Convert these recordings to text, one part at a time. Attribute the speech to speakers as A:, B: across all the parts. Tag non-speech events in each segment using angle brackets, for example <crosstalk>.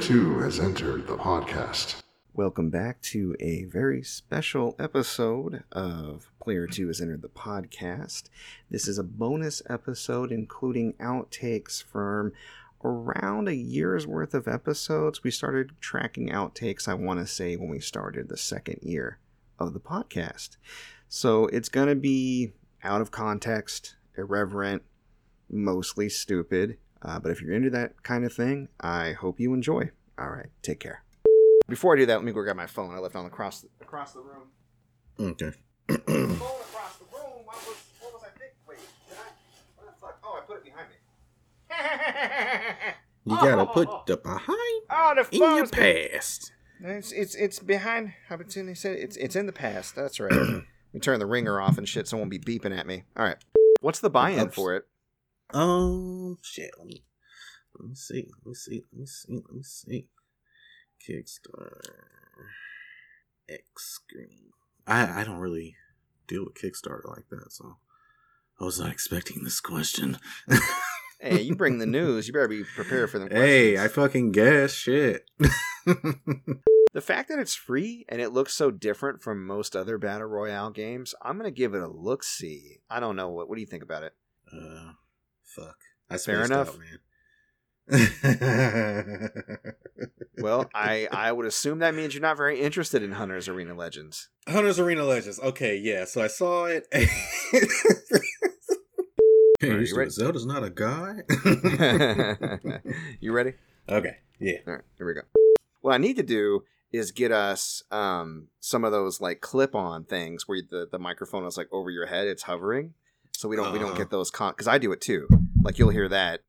A: two has entered the podcast.
B: Welcome back to a very special episode of Player 2 Has Entered the Podcast. This is a bonus episode including outtakes from around a year's worth of episodes. We started tracking outtakes, I want to say, when we started the second year of the podcast. So it's going to be out of context, irreverent, mostly stupid. Uh, but if you're into that kind of thing, I hope you enjoy. All right, take care. Before I do that, let me go grab my phone. I left it on across the, across the room.
C: Okay. <clears throat>
B: Phone across the room. What was what was I thinking? Wait, did I? What the fuck? Oh, I put it behind me.
C: You gotta
B: Ah.
C: put the behind
B: <laughs> oh, the
C: in your
B: phone's been-
C: past.
B: It's it's it's behind. How about they said it's it's in the past. That's
C: <clears throat>
B: right. Let me turn the ringer off and shit. Someone be beeping at me. All right. What's the buy-in
C: Ups-
B: for it?
C: Um, shit. Let me, let me see. Let me see. Let me see. Let me see. Kickstarter. X screen. I I don't really deal with Kickstarter like that, so I was not expecting this
B: <laughs>
C: question.
B: Hey, you
C: <laughs>
B: bring the news. You better be prepared for them.
C: hey, I
B: questions.
C: fucking guess shit. <laughs> Uh,
B: the fact that it's free and it looks so different from most other battle royale games. I'm gonna give it a look. See, I don't know what. What do you think about it?
C: Uh, fuck. I
B: Fair
C: spaced
B: enough.
C: out, man. <laughs>
B: Well, I I would assume that means you're not very interested in Hunter's Arena
C: <laughs>
B: Legends. <laughs>
C: Hunter's Arena Legends. Okay, yeah. So I saw it. <laughs>
B: you Alright, ready?
C: Zelda's not a <laughs> guy.
B: you ready?
C: okay. Yeah.
B: All right, here we go. What I need to do is get us um, some of those like clip-on things where the, the microphone is like over your head, it's hovering, so we don't we don't
C: Uh-huh.
B: get those con because I do it too. Like you'll hear that.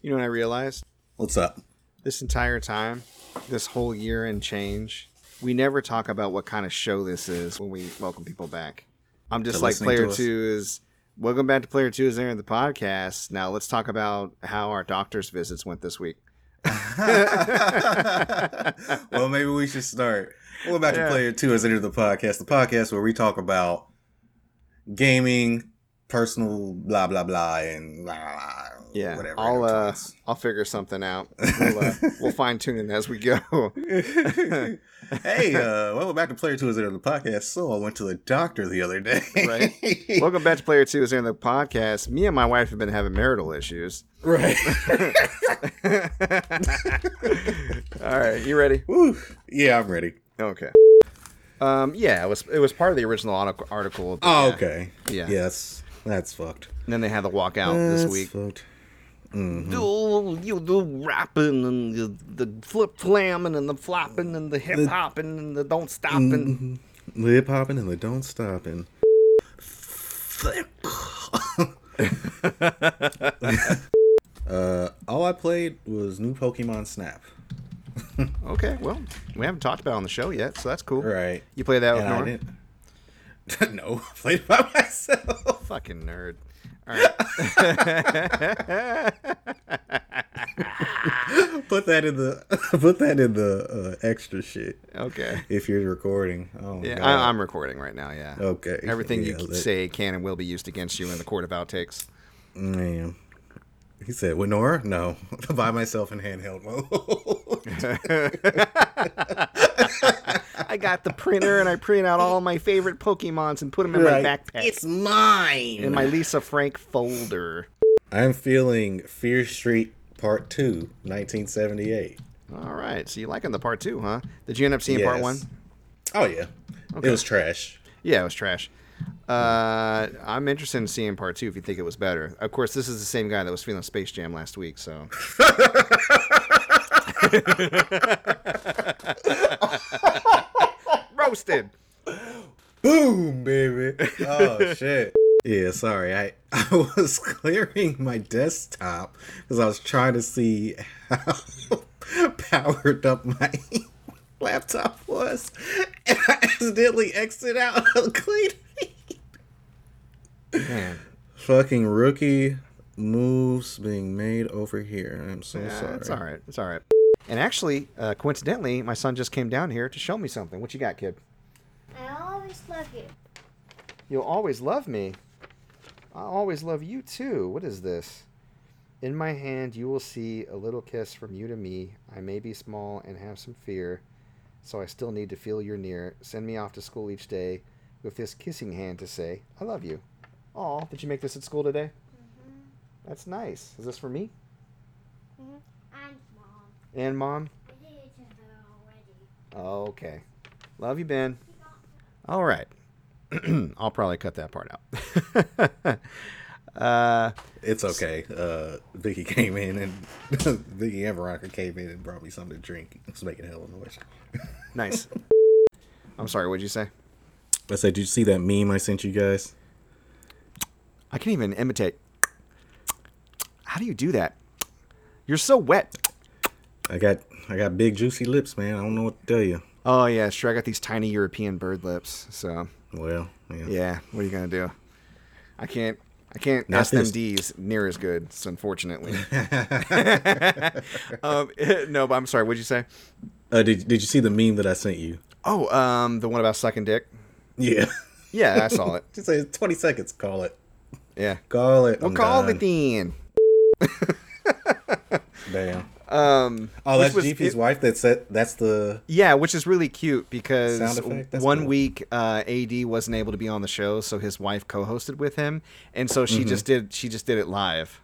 B: You know what I realized
C: What's up?
B: this entire time, this whole year and change, we never talk about what kind of show this is when we welcome people back. I'm just
C: They're
B: like
C: listening to
B: player
C: us.
B: two is. Welcome back to Player Two is there in the podcast. Now let's talk about how our doctor's visits went this week.
C: <laughs> well, maybe we should start. Welcome back
B: Yeah.
C: to Player Two as Enter the Podcast, the podcast where we talk about gaming, personal blah blah blah, and blah, blah, blah,
B: Yeah,
C: whatever.
B: I'll uh,
C: electronics.
B: I'll figure something
C: <laughs>
B: out. We'll, uh, we'll fine tune it as we go.
C: hey, uh, welcome back to Player Two is Enter the Podcast. So I went to the doctor the other day. <laughs>
B: Right. Welcome back to Player Two. Is in the podcast. Me and my wife have been having marital issues.
C: right.
B: All right, you ready?
C: Woo. Yeah, I'm ready.
B: Okay. Um, yeah, it was it was part of the original artic- article. but
C: Oh,
B: yeah.
C: okay.
B: Yeah.
C: Yes. That's fucked.
B: And then they had the walkout this
C: That's
B: week.
C: fucked.
B: Do you do rapping and you, the flip flamming and the flopping and the hip hopping and the don't stopping.
C: Mm-hmm. The hip hopping and the don't stopping. <laughs> uh, all I played was new Pokemon Snap.
B: Okay, well, we haven't talked about it on the show yet, so that's cool.
C: Right.
B: You play that with
C: And I
B: Norm?
C: didn't. <laughs> no, I played by myself.
B: Fucking nerd. All right.
C: put that in the <laughs> put that in the uh, extra shit
B: okay.
C: if you're recording. Oh
B: Yeah,
C: God.
B: I, I'm recording right now. Yeah. <laughs>
C: Okay.
B: Everything
C: Yeah,
B: you
C: that-
B: say can and will be used against you in the court of outtakes.
C: Man. He said, Winora? No. <laughs> By myself in handheld mode.
B: <laughs> I got the printer and I print out all my favorite Pokemons and put them in my
C: Right.
B: backpack
C: mine.
B: in my Lisa Frank folder.
C: I'm feeling Fear Street Part 2, 1978.
B: All right. So you liking the part two, huh? Did you end up seeing part
C: Yes.
B: one?
C: Oh, yeah. It was trash.
B: Yeah, it was trash. Uh, I'm interested in seeing part two if you think it was better. Of course, this is the same guy that was feeling Space Jam last week, <laughs> so. Roasted.
C: Boom, baby. <laughs> Oh, shit. Yeah, sorry. I, I was <laughs> clearing my desktop because I was trying to see how <laughs> powered up my <laughs> laptop was. And I accidentally exited out of cleaning.
B: Man,
C: <laughs> Fucking rookie moves being made over here. I'm so
B: yeah,
C: sorry.
B: it's all right. It's all right. And actually, uh, coincidentally, my son just came down here to show me something. What you got, kid?
D: I always love you.
B: You'll always love me. I'll always love you too. What is this? In my hand, you will see a little kiss from you to me. I may be small and have some fear, so I still need to feel you're near. Send me off to school each day with this kissing hand to say, I love you. Aw, did you make this at school today?
D: Mm-hmm.
B: That's nice. Is this for me?
D: And mom.
B: And mom?
D: I did it to her already.
B: Okay. Love you, Ben.
D: She got
B: All right. <clears throat> I'll probably cut that part out. <laughs> uh,
C: It's okay. Uh, Vicky came in and <laughs> Vicky and Veronica came in and brought me something to drink. It was making hell of a noise.
B: nice. I'm sorry, what'd you say?
C: I said, did you see that meme I sent you guys?
B: I can't even imitate. How do you do that? You're so wet.
C: I got I got big juicy lips, man. I don't know what to tell you.
B: Oh yeah, sure. I got these tiny European bird lips. So
C: Well, yeah.
B: yeah, what are you gonna do? I can't. I can't
C: Not this-
B: SMDs near as good. so Unfortunately. <laughs> um, <laughs> no, but I'm sorry. What'd you say?
C: <laughs> Uh, did Did you see the meme that I sent you?
B: Oh, um, the one about sucking dick.
C: Yeah.
B: Yeah, I saw it.
C: <laughs> Just say twenty seconds. Call it.
B: Yeah.
C: Call it.
B: We'll
C: I'm
B: call
C: done.
B: it then.
C: Damn.
B: Um,
C: Oh,
B: which
C: that's
B: was-
C: GP's
B: it-
C: wife. That said, that's the.
B: Yeah, which is really cute
C: Sound
B: because
C: effect? That's
B: one
C: cool.
B: week uh, AD wasn't able to be on the show, so his wife co-hosted with him, and so she just did she just did it live.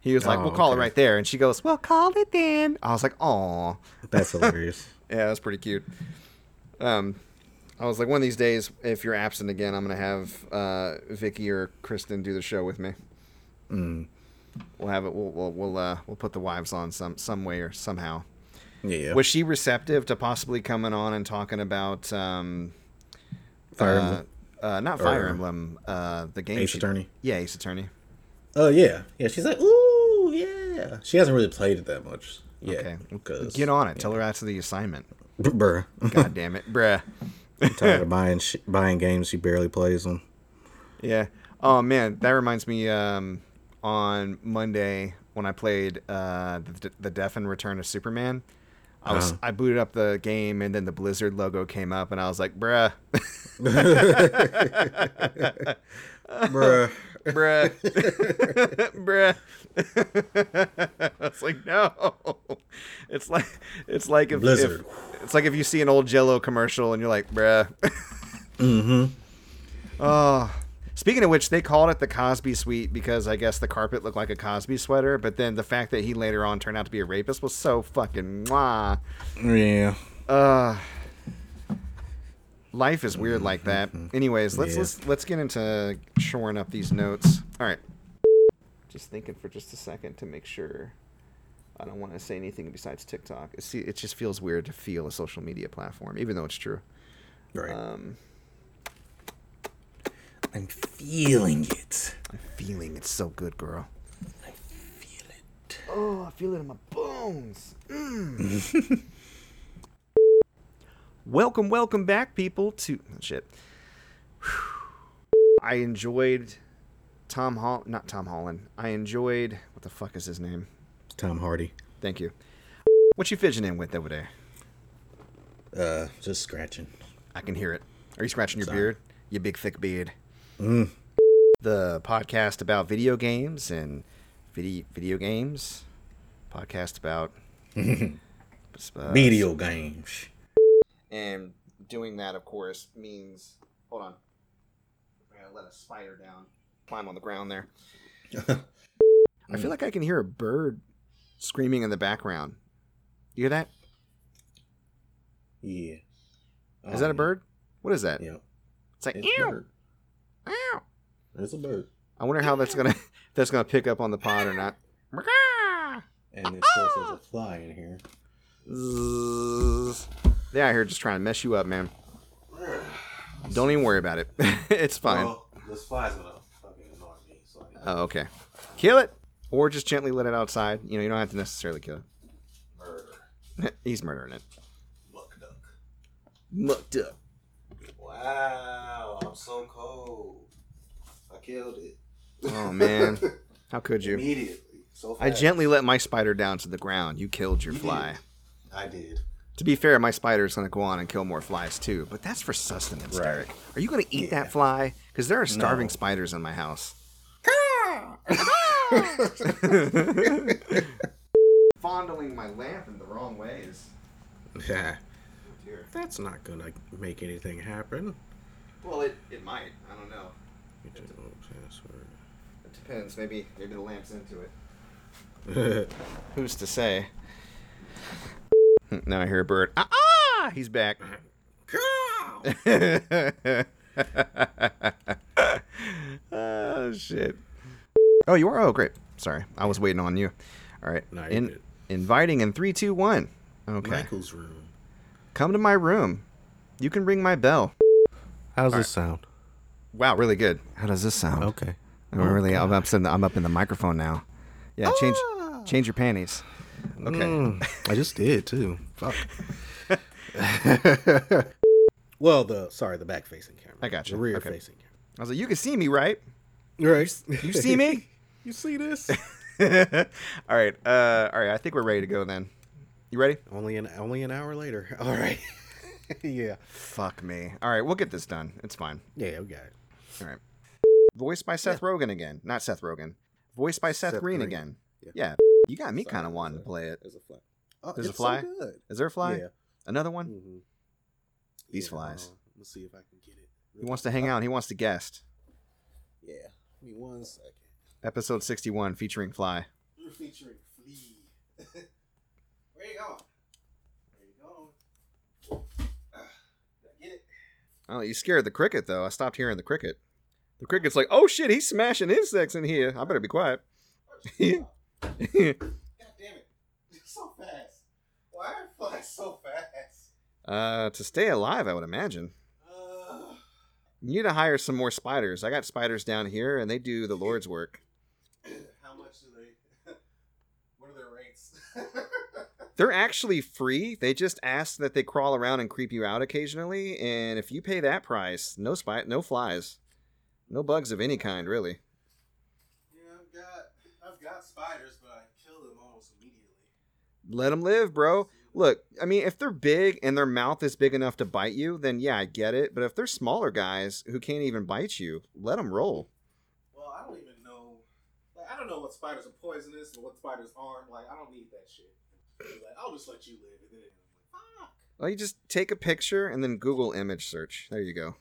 B: He was like,
C: Mm-hmm. Oh,
B: "We'll call it
C: okay.
B: right there," and she goes, "We'll call it then." I was like, "Aw,
C: <laughs> That's hilarious.
B: yeah, that's pretty cute." Um, I was like, "One of these days, if you're absent again, I'm gonna have uh, Vicky or Kristen do the show with me.
C: Mm.
B: We'll have it. We'll we'll we'll, uh, we'll put the wives on some some way or somehow."
C: Yeah.
B: Was she receptive to possibly coming on and talking about um,
C: Fire
B: uh,
C: Emblem.
B: Uh, not Fire
C: Or-
B: Emblem. Uh, the game.
C: Ace
B: she-
C: Attorney.
B: Yeah, Ace Attorney.
C: Oh yeah, yeah. She's like, ooh, yeah. She hasn't really played it that much. Yeah.
B: Okay.
C: Because
B: Get on it. Tell her that's the assignment.
C: <laughs> bruh. <laughs>
B: God damn it, bruh.
C: I'm <laughs> tired of buying sh- buying games. She barely plays them.
B: Yeah. Oh man, that reminds me. Um, on Monday when I played uh, the, the Death and Return of Superman, I was
C: Uh-huh.
B: I booted up the game and then the Blizzard logo came up and I was like, bruh,
C: Bruh.
B: bruh, bruh. <laughs> it's like no. It's like it's like if,
C: Blizzard.
B: if it's like if you see an old Jello commercial and you're like, bruh. <laughs> mm-hmm. Oh. Speaking of which, they called it the Cosby Suite because I guess the carpet looked like a Cosby sweater, but then the fact that he later on turned out to be a rapist was so fucking mwah.
C: <laughs> Yeah.
B: Uh, life is weird like that. Anyways, let's
C: Yeah.
B: let's let's get into shoring up these notes. All right. Just thinking for just a second to make sure I don't want to say anything besides TikTok. It's- See, it just feels weird to feel a social media platform, even though it's true.
C: Right.
B: Um,
C: I'm feeling it.
B: I'm feeling it's so good, girl.
C: I feel it.
B: Oh, I feel it in my bones. Mm.
C: <laughs>
B: welcome, welcome back, people, to. oh, shit. I enjoyed Tom Hall. Not Tom Holland. I enjoyed. What the fuck is his name?
C: Tom Hardy.
B: Thank you. What you fidgeting with over there?
C: Uh, just <laughs> scratching.
B: I can hear it. Are you scratching your
C: Sorry.
B: beard? Your big, thick beard.
C: Mm.
B: the podcast about video games and video video games podcast about uh,
C: Video games.
B: and doing that of course means hold on i'm gonna let a spider down climb on the ground
C: <laughs>
B: there i feel like i can hear a bird screaming in the background you hear that
C: Yeah.
B: is that a bird what is that
C: Oh, Yeah.
B: it's like
C: It's a
B: ew,
C: bird.
B: ew.
C: It's a bird.
B: i wonder how that's gonna <laughs> if that's gonna pick up on the pod or
C: <laughs>
B: not Oh.
C: And of course, there's a fly in here.
B: Zzz. They out here just trying to mess you up, man. Don't even worry about it. <laughs> it's fine.
C: Oh, this fly's gonna fucking annoy me. So I
B: Oh, okay. Kill it, or just gently let it outside. You know, you don't have to necessarily kill
C: murder.
B: it. <laughs> He's murdering it.
C: Muck duck.
B: Mucked up.
C: Wow, I'm so cold. I killed it.
B: Oh man, how could you?
C: Immediately. So
B: I gently let my spider down to the ground. You killed your fly.
C: I did.
B: To be fair, my spider is going to go on and kill more flies too, but that's for sustenance,
C: Right.
B: Derek. Are you going to eat
C: Yeah.
B: that fly? Because there are starving
C: No.
B: spiders in my house.
E: Oh!
B: <laughs> Fondling my lamp in the wrong way is.
C: Yeah,
B: Oh dear.
C: that's not gonna make anything happen.
B: Well, it, it might. I don't know.
C: You just don't password.
B: It depends. Maybe maybe the lamp's into it. <laughs> Who's to say? Now I hear a bird. Ah! ah! He's back. <laughs>
C: Girl!
B: oh shit. Oh, you are. Oh, great. Sorry, I was waiting on you. All right.
C: No, you're
B: in,
C: good.
B: inviting in three, two, one. Okay.
C: Michael's room.
B: Come to my room. You can ring my bell.
C: How's this sound?
B: Wow, really good. How does this sound?
C: Okay.
B: I'm really. I'm up. In the, I'm up in the microphone now. Yeah. Change. Change your panties. Okay. <laughs>
C: Ah. Mm, I just did too. Fuck. <laughs> well, the sorry, the back facing camera.
B: I gotcha.
C: The rear
B: Okay.
C: facing
B: I was like, you can see me, right?
C: camera. Right. <laughs>
B: You see me? <laughs>
C: you see this?
B: all right. Uh, all right. I think we're ready to go then. You ready?
C: only an only an hour later. <laughs> All right. yeah.
B: Fuck me. All right. We'll get this done. It's fine.
C: Yeah, we got it.
B: All right. Voiced by Seth Rogen again. Not Seth Rogen. Voiced by Seth,
C: Seth
B: Green,
C: Green.
B: again. Yeah.
C: Yeah.
B: You got me
C: Sorry,
B: kind of wanting to
C: sorry.
B: play it.
C: There's a fly. Oh,
B: There's a
C: it's
B: fly?
C: So good.
B: Is there a fly?
C: Yeah.
B: Another one?
C: Mm-hmm.
B: These flies.
C: let's see if I can get it.
B: He wants to hang
C: Uh,
B: out. He wants to guest.
C: Yeah. Give me one second.
B: Episode 61 featuring Fly.
C: You're featuring Flea. <laughs> Where you going? Where you going? Ah, did I get it?
B: Oh, you scared the cricket, though. I stopped hearing the cricket. The cricket's like, oh shit, he's smashing insects in here. I better be quiet.
C: God damn it. <laughs> So fast. Why are flies so fast?
B: uh, to stay alive, I would imagine.
C: Uh,
B: You need to hire some more spiders. I got spiders down here, and they do the Lord's work.
C: how much do they. <laughs> What are their rates? <laughs>
B: They're actually free. They just ask that they crawl around and creep you out occasionally. And if you pay that price, no spy, no flies, no bugs of any kind, really.
C: yeah, I've got, I've got spiders, but I kill them almost immediately.
B: Let them live, bro. Look, I mean, if they're big and their mouth is big enough to bite you, then yeah, I get it. But if they're smaller guys who can't even bite you, let them roll.
C: Well, I don't even know. Like, I don't know what spiders are poisonous and what spiders aren't. Like, I don't need that shit. Like, I'll just let you live. And then I'm
B: Well, you just take a picture and then Google image search. There you go.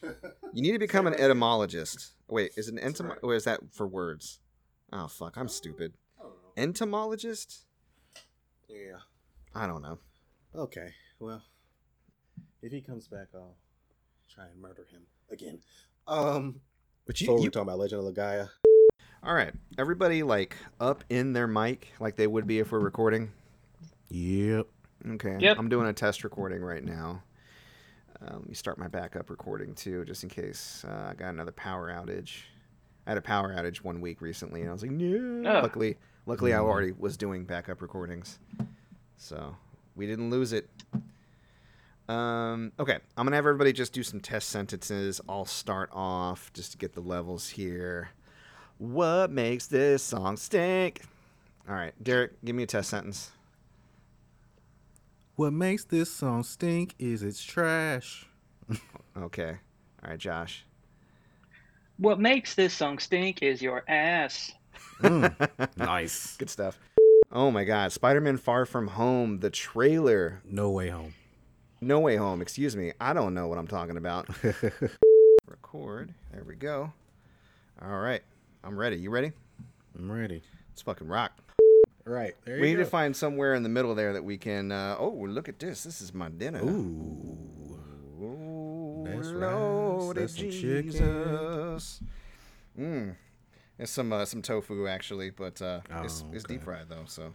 C: like, <laughs> fuck.
B: You need to become an
C: Right there.
B: etymologist. Wait, is an
C: That's
B: entom?
C: right.
B: Or is that for words? Oh fuck, I'm stupid.
C: I don't know.
B: Entomologist?
C: Yeah.
B: I don't know.
C: Okay. Well, if he comes back, I'll try and murder him again. Um.
B: But
C: so
B: you,
C: we're
B: you
C: talking about Legend of Legaia.
B: all right? Everybody like up in their mic like they would be if we're recording.
C: Yep.
B: Okay.
F: Yep.
B: I'm doing a test recording right now. Uh, let me start my backup recording too, just in case uh, I got another power outage. I had a power outage one week recently, and I was like, no.
F: Ugh.
B: Luckily, luckily, I already was doing backup recordings, so we didn't lose it. Um, okay, I'm gonna have everybody just do some test sentences. I'll start off just to get the levels here. What makes this song stink? All right, Derek, give me a test sentence.
C: What makes this song stink is its trash.
B: Okay. All right, Josh.
F: What makes this song stink is your ass.
C: nice.
B: Good stuff. Oh my God. Spider Man Far From Home, the trailer.
C: No way home.
B: No Way Home, excuse me. I don't know what I'm talking
C: <laughs>
B: about. Record. There we go. All right. I'm ready. You ready?
C: I'm ready.
B: Let's fucking rock.
C: Right. There you
B: we need
C: go.
B: to find somewhere in the middle there that we can. Uh, oh, look at this. This is my dinner.
C: Ooh.
B: Oh,
C: That's
B: Lord
C: rice, that's some chicken.
B: Jesus. Mmm. It's some uh, some tofu actually, but uh, it's,
C: Oh,
B: it's
C: okay.
B: deep fried though, so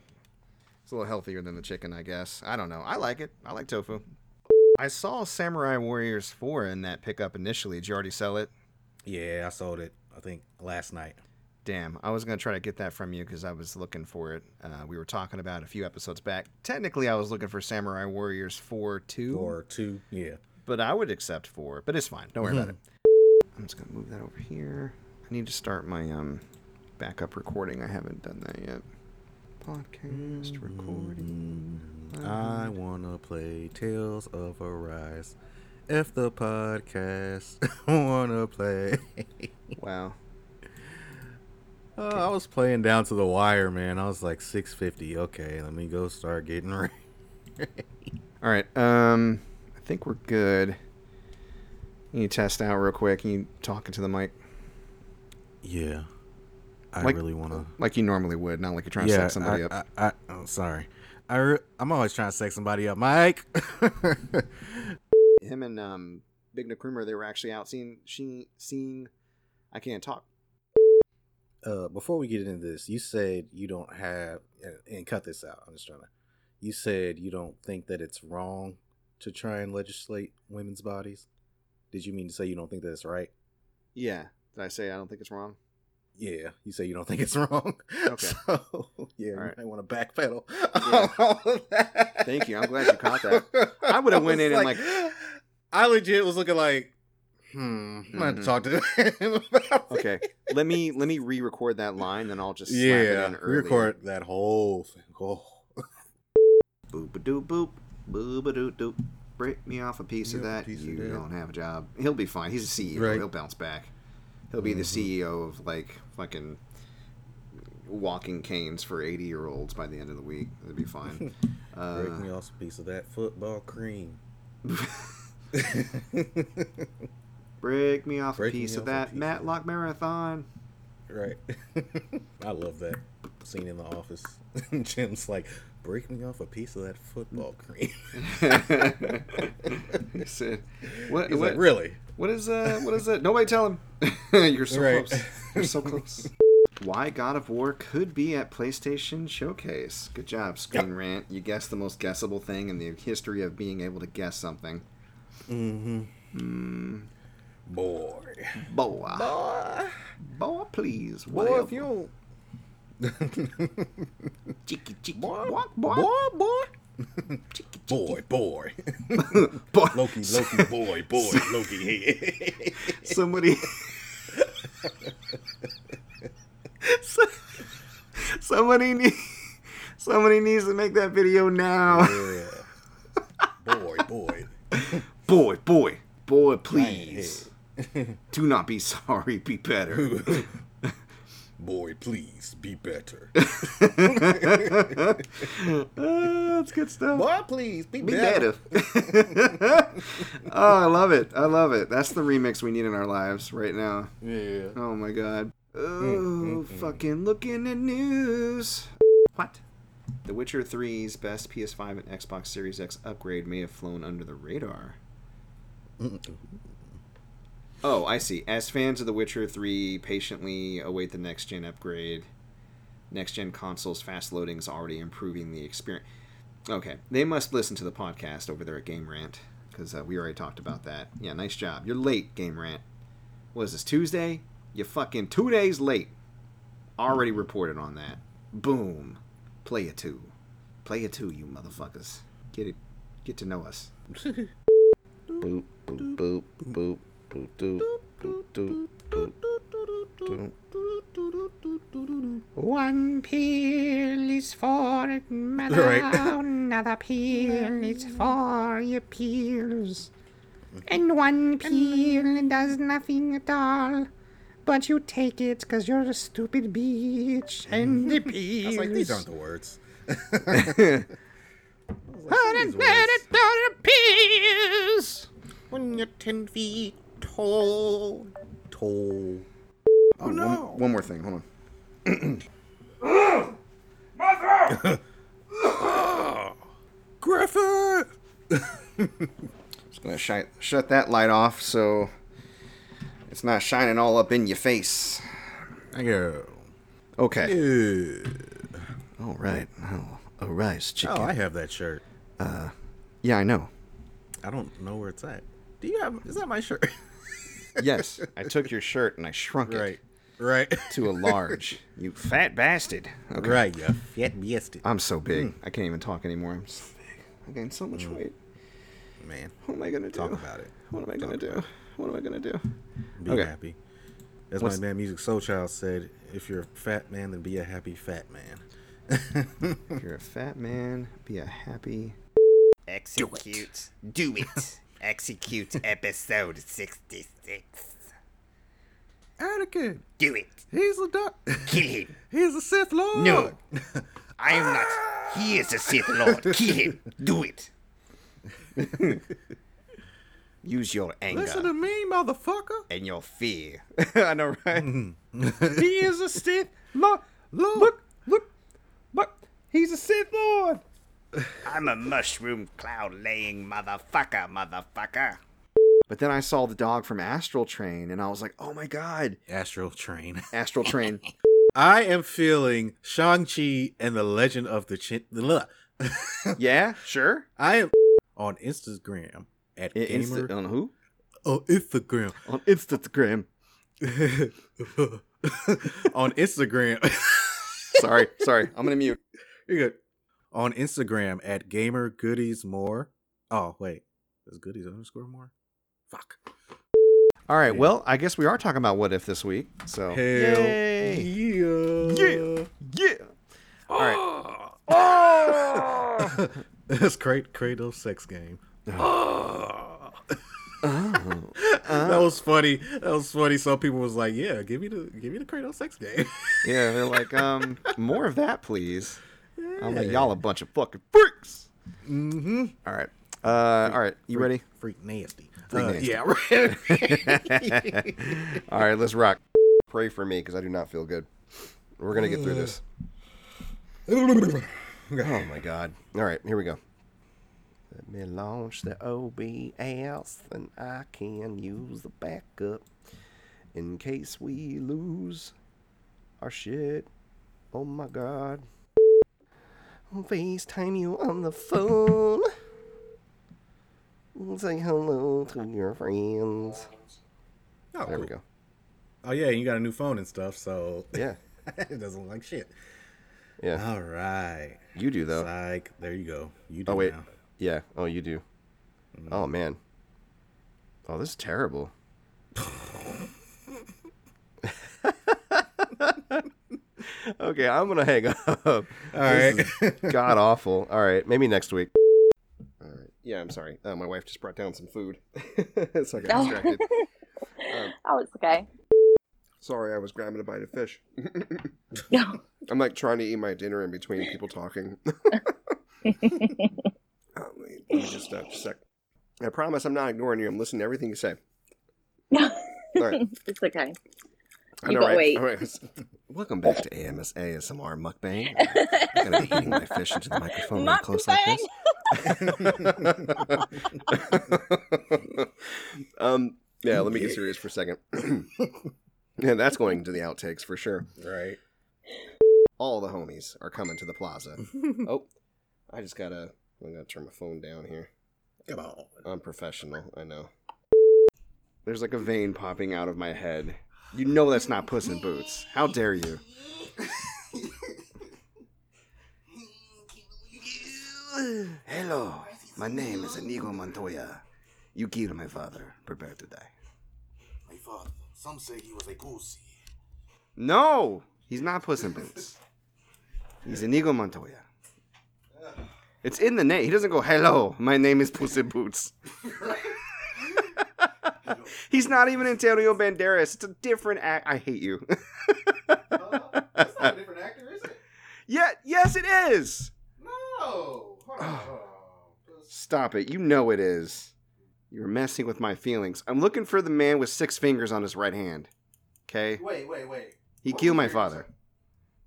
B: it's a little healthier than the chicken, I guess. I don't know. I like it. I like tofu. I saw Samurai Warriors Four in that pickup initially. Did you already sell it?
C: Yeah, I sold it. I think last night.
B: Damn, I was gonna try to get that from you because I was looking for it. Uh, we were talking about it a few episodes back. Technically, I was looking for Samurai Warriors Four Two.
C: Or two. Yeah.
B: but I would accept four. But it's fine. Don't worry
C: Mm-hmm.
B: about it. I'm just gonna move that over here. I need to start my um backup recording. I haven't done that yet. Podcast
C: Mm-hmm.
B: recording.
C: I
B: Mm-hmm.
C: wanna play Tales of Arise. F the <laughs> podcast. wanna play.
B: Wow.
C: <laughs> Uh, I was playing down to the wire, man. I was like 650. Okay, let me go start getting <laughs> ready.
B: All right. Um, I think we're good. You test out real quick. Can you talk into the mic
C: Yeah, I
B: Like-
C: really want to.
B: like you normally would, not like you're trying to
C: Yeah,
B: set somebody
C: I,
B: up.
C: I, I, am sorry. I re- I'm always trying to sex somebody
B: <laughs>
C: up, Mike. <laughs>
B: Him and um, Big Nakrumer, they were actually out seeing she seeing. I can't talk.
C: uh, before we get into this, you said you don't have, and, and cut this out. I'm just trying to. You said you don't think that it's wrong to try and legislate women's bodies. Did you mean to say you don't think that it's right?
B: Yeah. Did I say I don't think it's wrong?
C: Yeah, you say you don't think it's <laughs> wrong.
B: Okay.
C: So, yeah,
B: Alright.
C: you might want to backpedal. <laughs>
B: Yeah. Thank you, I'm glad you caught that. I
C: <laughs>
B: would've went
C: was
B: in and,
C: <gasps> I legit was looking like, hmm, I'm going to
B: Mhm.
C: talk to <laughs> him about it.
B: Okay. let me let me re-record that line, then I'll just slap it
C: Yeah,
B: in early.
C: record that whole thing. Oh.
B: Boop a doop boop, boop a doop doop. Break me off a piece of
C: Yeah,
B: that.
C: piece of
B: you
C: that.
B: don't have a job. He'll be fine. He's a CEO.
C: Right.
B: He'll bounce back. He'll be
C: Mhm.
B: the CEO of like fucking walking canes for eighty year olds by the end of the week. It'll be
C: <laughs>
B: fine.
C: Break
B: Uh,
C: me off a piece of that football <laughs> cream.
B: <laughs> break me off
C: Break
B: a
C: me
B: piece
C: off
B: of
C: a
B: that
C: piece of
B: Matlock
C: <laughs>
B: marathon. <laughs>
C: right. I love that scene in the office. <laughs> Jim's like, break me off a piece of that football cream. <laughs>
B: he said, "What?
C: He's
B: what
C: like, really?
B: What is uh what is that? Nobody tell him. <laughs> You're so
C: Right.
B: close. You're so
C: <laughs>
B: close. Why God of War could be at PlayStation Showcase. Good job, Screen Rant. You guessed the most guessable thing in the history of being able to guess something.
C: Mm-hmm. Boy.
B: Boa.
C: Boy.
B: Boa, please. What
C: Boy,
B: boa,
C: if you don't.
B: Cheeky, cheeky.
C: boy,
B: Boy,
C: boy,
B: boy.
C: <laughs> boy. Boy, boy.
B: Boy.
C: Loki, <laughs> Loki, boy, boy, Loki.
B: <laughs> Somebody. <laughs> So- somebody needs. Somebody needs to make that video now.
C: yeah. Boy, boy.
B: Boy, boy, boy,
C: Please.
B: please. <laughs> Do not be sorry, be <laughs> better.
C: boy, please be better.
B: Ah, that's good stuff.
C: Boy, please be,
B: Be
C: better.
B: better. <laughs> oh, I love it. I love it. That's the remix we need in our lives right now.
C: Yeah. Mm,
B: Oh my god. Oh, fucking looking at news. What? The Witcher 3's best PS5 and Xbox Series X upgrade may have flown under the radar. Oh, I see. As fans of The Witcher 3 patiently await the next gen upgrade, next gen consoles fast loading is already improving the experience. Okay, they must listen to the podcast over there at Game Rant because uh, we already talked about that. Yeah, nice job. You're late, Game Rant. What is this Tuesday? You're fucking two days late. Already reported on that. Boom. Play it too. Play it too, you motherfuckers. Get it. Get to know us.
E: boop boop boop boop boop doop boop doop boop doop one peel is for mother,
C: <laughs> Right.
E: another peel is for your peels, and one peel does nothing at all. But you take it because you're a stupid bitch and the
C: <laughs> I was
E: peels.
C: like, these aren't the words. <laughs>
E: peels.
C: When you're 10 feet tall. Tall. Oh, no.
B: One more thing. Hold on.
C: Griffin!
B: Just gonna shi- shut that light off so it's not shining all up in your face.
C: I go.
B: Okay.
C: Ew.
B: All right. Now arise, chicken.
C: Oh, I have that shirt.
B: yeah, I know.
C: I don't know where it's at. Do you have? Is that my shirt? <laughs>
B: Yes, <laughs> I took your shirt and I shrunk
C: right,
B: it
C: right, <laughs>
B: to a <laughs> large. you fat bastard. Okay. Hmm.
C: right. Yeah, fat bastard.
B: I'm so big. I can't even talk anymore. I'm so big. I gained so much weight.
C: Man,
B: What am I gonna do?
C: talk about it.
B: What am I gonna do? What am I gonna do?
C: Be
B: Okay.
C: happy. As
B: What's-
C: my man Music Soul Child said, if you're a fat man, then be a happy fat man.
B: <laughs>
C: <laughs>
B: If you're a fat man, be a happy.
G: Execute.
B: <laughs>
G: Do it. Execute episode 66.
C: Anakin.
G: Do it.
C: He's a doc.
G: Kill him.
C: <laughs> He's a Sith Lord.
G: No. I am not. He is a Sith
C: <laughs>
G: Lord. Kill him. Do it.
B: Use your anger
C: Listen to me, motherfucker. Mm.
B: and
G: <laughs>
B: your fear. I know, right?
C: he is a Sith Lord. Look, look, look, look. He's a Sith Lord.
G: I'm a mushroom cloud laying motherfucker, motherfucker.
B: But then I saw the dog from Astral Train, and I was like, oh my god,
C: Astral Train.
B: Astral Train.
C: I am feeling Shang-Chi and the Legend of the Chin. <laughs> Look,
B: yeah, sure.
C: I am on Instagram at
B: I-
C: gamer.
B: Insta- uh, on who?
C: oh, Instagram. <laughs>
B: On Instagram.
C: on Instagram. <laughs>
B: Sorry, sorry. I'm gonna mute.
C: You're good. On Instagram at gamer goodies more. Oh wait, is goodies underscore more? Fuck.
B: All right.
C: Yeah.
B: Well, I guess we are talking about what if this week. So
C: Hell
B: Yay.
C: yeah.
B: yeah. All right.
C: <gasps> That's great Kratos sex game.
H: Uh-huh.
B: Oh.
C: that was funny. That was funny. Some people was like, "Yeah, give me the give me the Kratos sex
H: <laughs>
C: game."
B: Yeah, they're like, um, more of that, please. I'm like,
C: Yeah.
B: y'all a bunch of fucking freaks.
C: mm-hmm.
B: All right. Uh, all right. You ready?
C: Freak nasty.
B: Freak
C: Uh,
B: nasty.
C: Yeah.
H: <laughs>
C: right.
B: all right, let's rock.
H: Pray for me because I do not feel good. We're gonna get through this. Oh my god. All right, here we go. Let me launch the OBS and I can use the backup in case we lose our shit. Oh my god. FaceTime you on the phone. Say hello to your friends.
C: Oh,
H: There we
C: cool.
H: go.
C: Oh yeah, you got a new phone and stuff, so <laughs>
H: Yeah.
C: it doesn't look like shit.
H: Yeah.
C: All right.
H: You do though.
C: Psych. There you go. You do
H: Oh wait,
C: now.
H: yeah. Oh, you do. Oh man. Oh, this is terrible. <laughs> okay, I'm gonna hang up. All
C: right.
B: <laughs>
H: god awful. All right, maybe next week. All right. Yeah, I'm sorry. Uh, my wife just brought down some food, <laughs> so I got distracted. Um,
I: oh, it's okay.
H: sorry, I was grabbing a bite of fish. <laughs>
I: No.
H: I'm like trying to eat my dinner in between people talking. <laughs> Oh, wait, let me just, uh, just a sec. I promise I'm not ignoring you. I'm listening to everything you say. right.
I: <laughs> It's okay.
H: I
I: You
H: know,
I: got
H: right?
I: weight. <laughs>
H: All right. Welcome back to AMS ASMR mukbang. <laughs> I'm gonna be eating my fish into the microphone real close like this. <laughs> um, yeah, let me get serious for a second. <clears throat> yeah, that's going to the outtakes for sure.
C: Right.
H: All the homies are coming to
C: <laughs>
H: the plaza. oh, I just gotta. I'm gonna turn my phone down here.
C: Come on.
H: Unprofessional, I know.
B: There's like a vein popping out of my head. You know that's not Puss in Boots. How dare you?
C: Hmm,
G: Hello, my name is Inigo Montoya. You killed my father. Prepare to die.
J: My father, some say he was a goosey.
B: No, he's not Puss in Boots. He's Inigo Montoya. It's in the name. He doesn't go, "Hello, my name is Puss in Boots." <laughs> he's not even Antonio Banderas. It's a different act. I hate you. <laughs>
C: Uh,
J: That's not a different actor, is it?
B: yeah, yes, it is.
J: No!
B: <sighs>
J: Hold on, hold on.
B: Stop it. You know it is. You're messing with my feelings. I'm looking for the man with six fingers on his right hand. Okay?
J: Wait, wait, wait.
B: He
J: What
B: killed my
J: movie are you
B: father.
J: talking-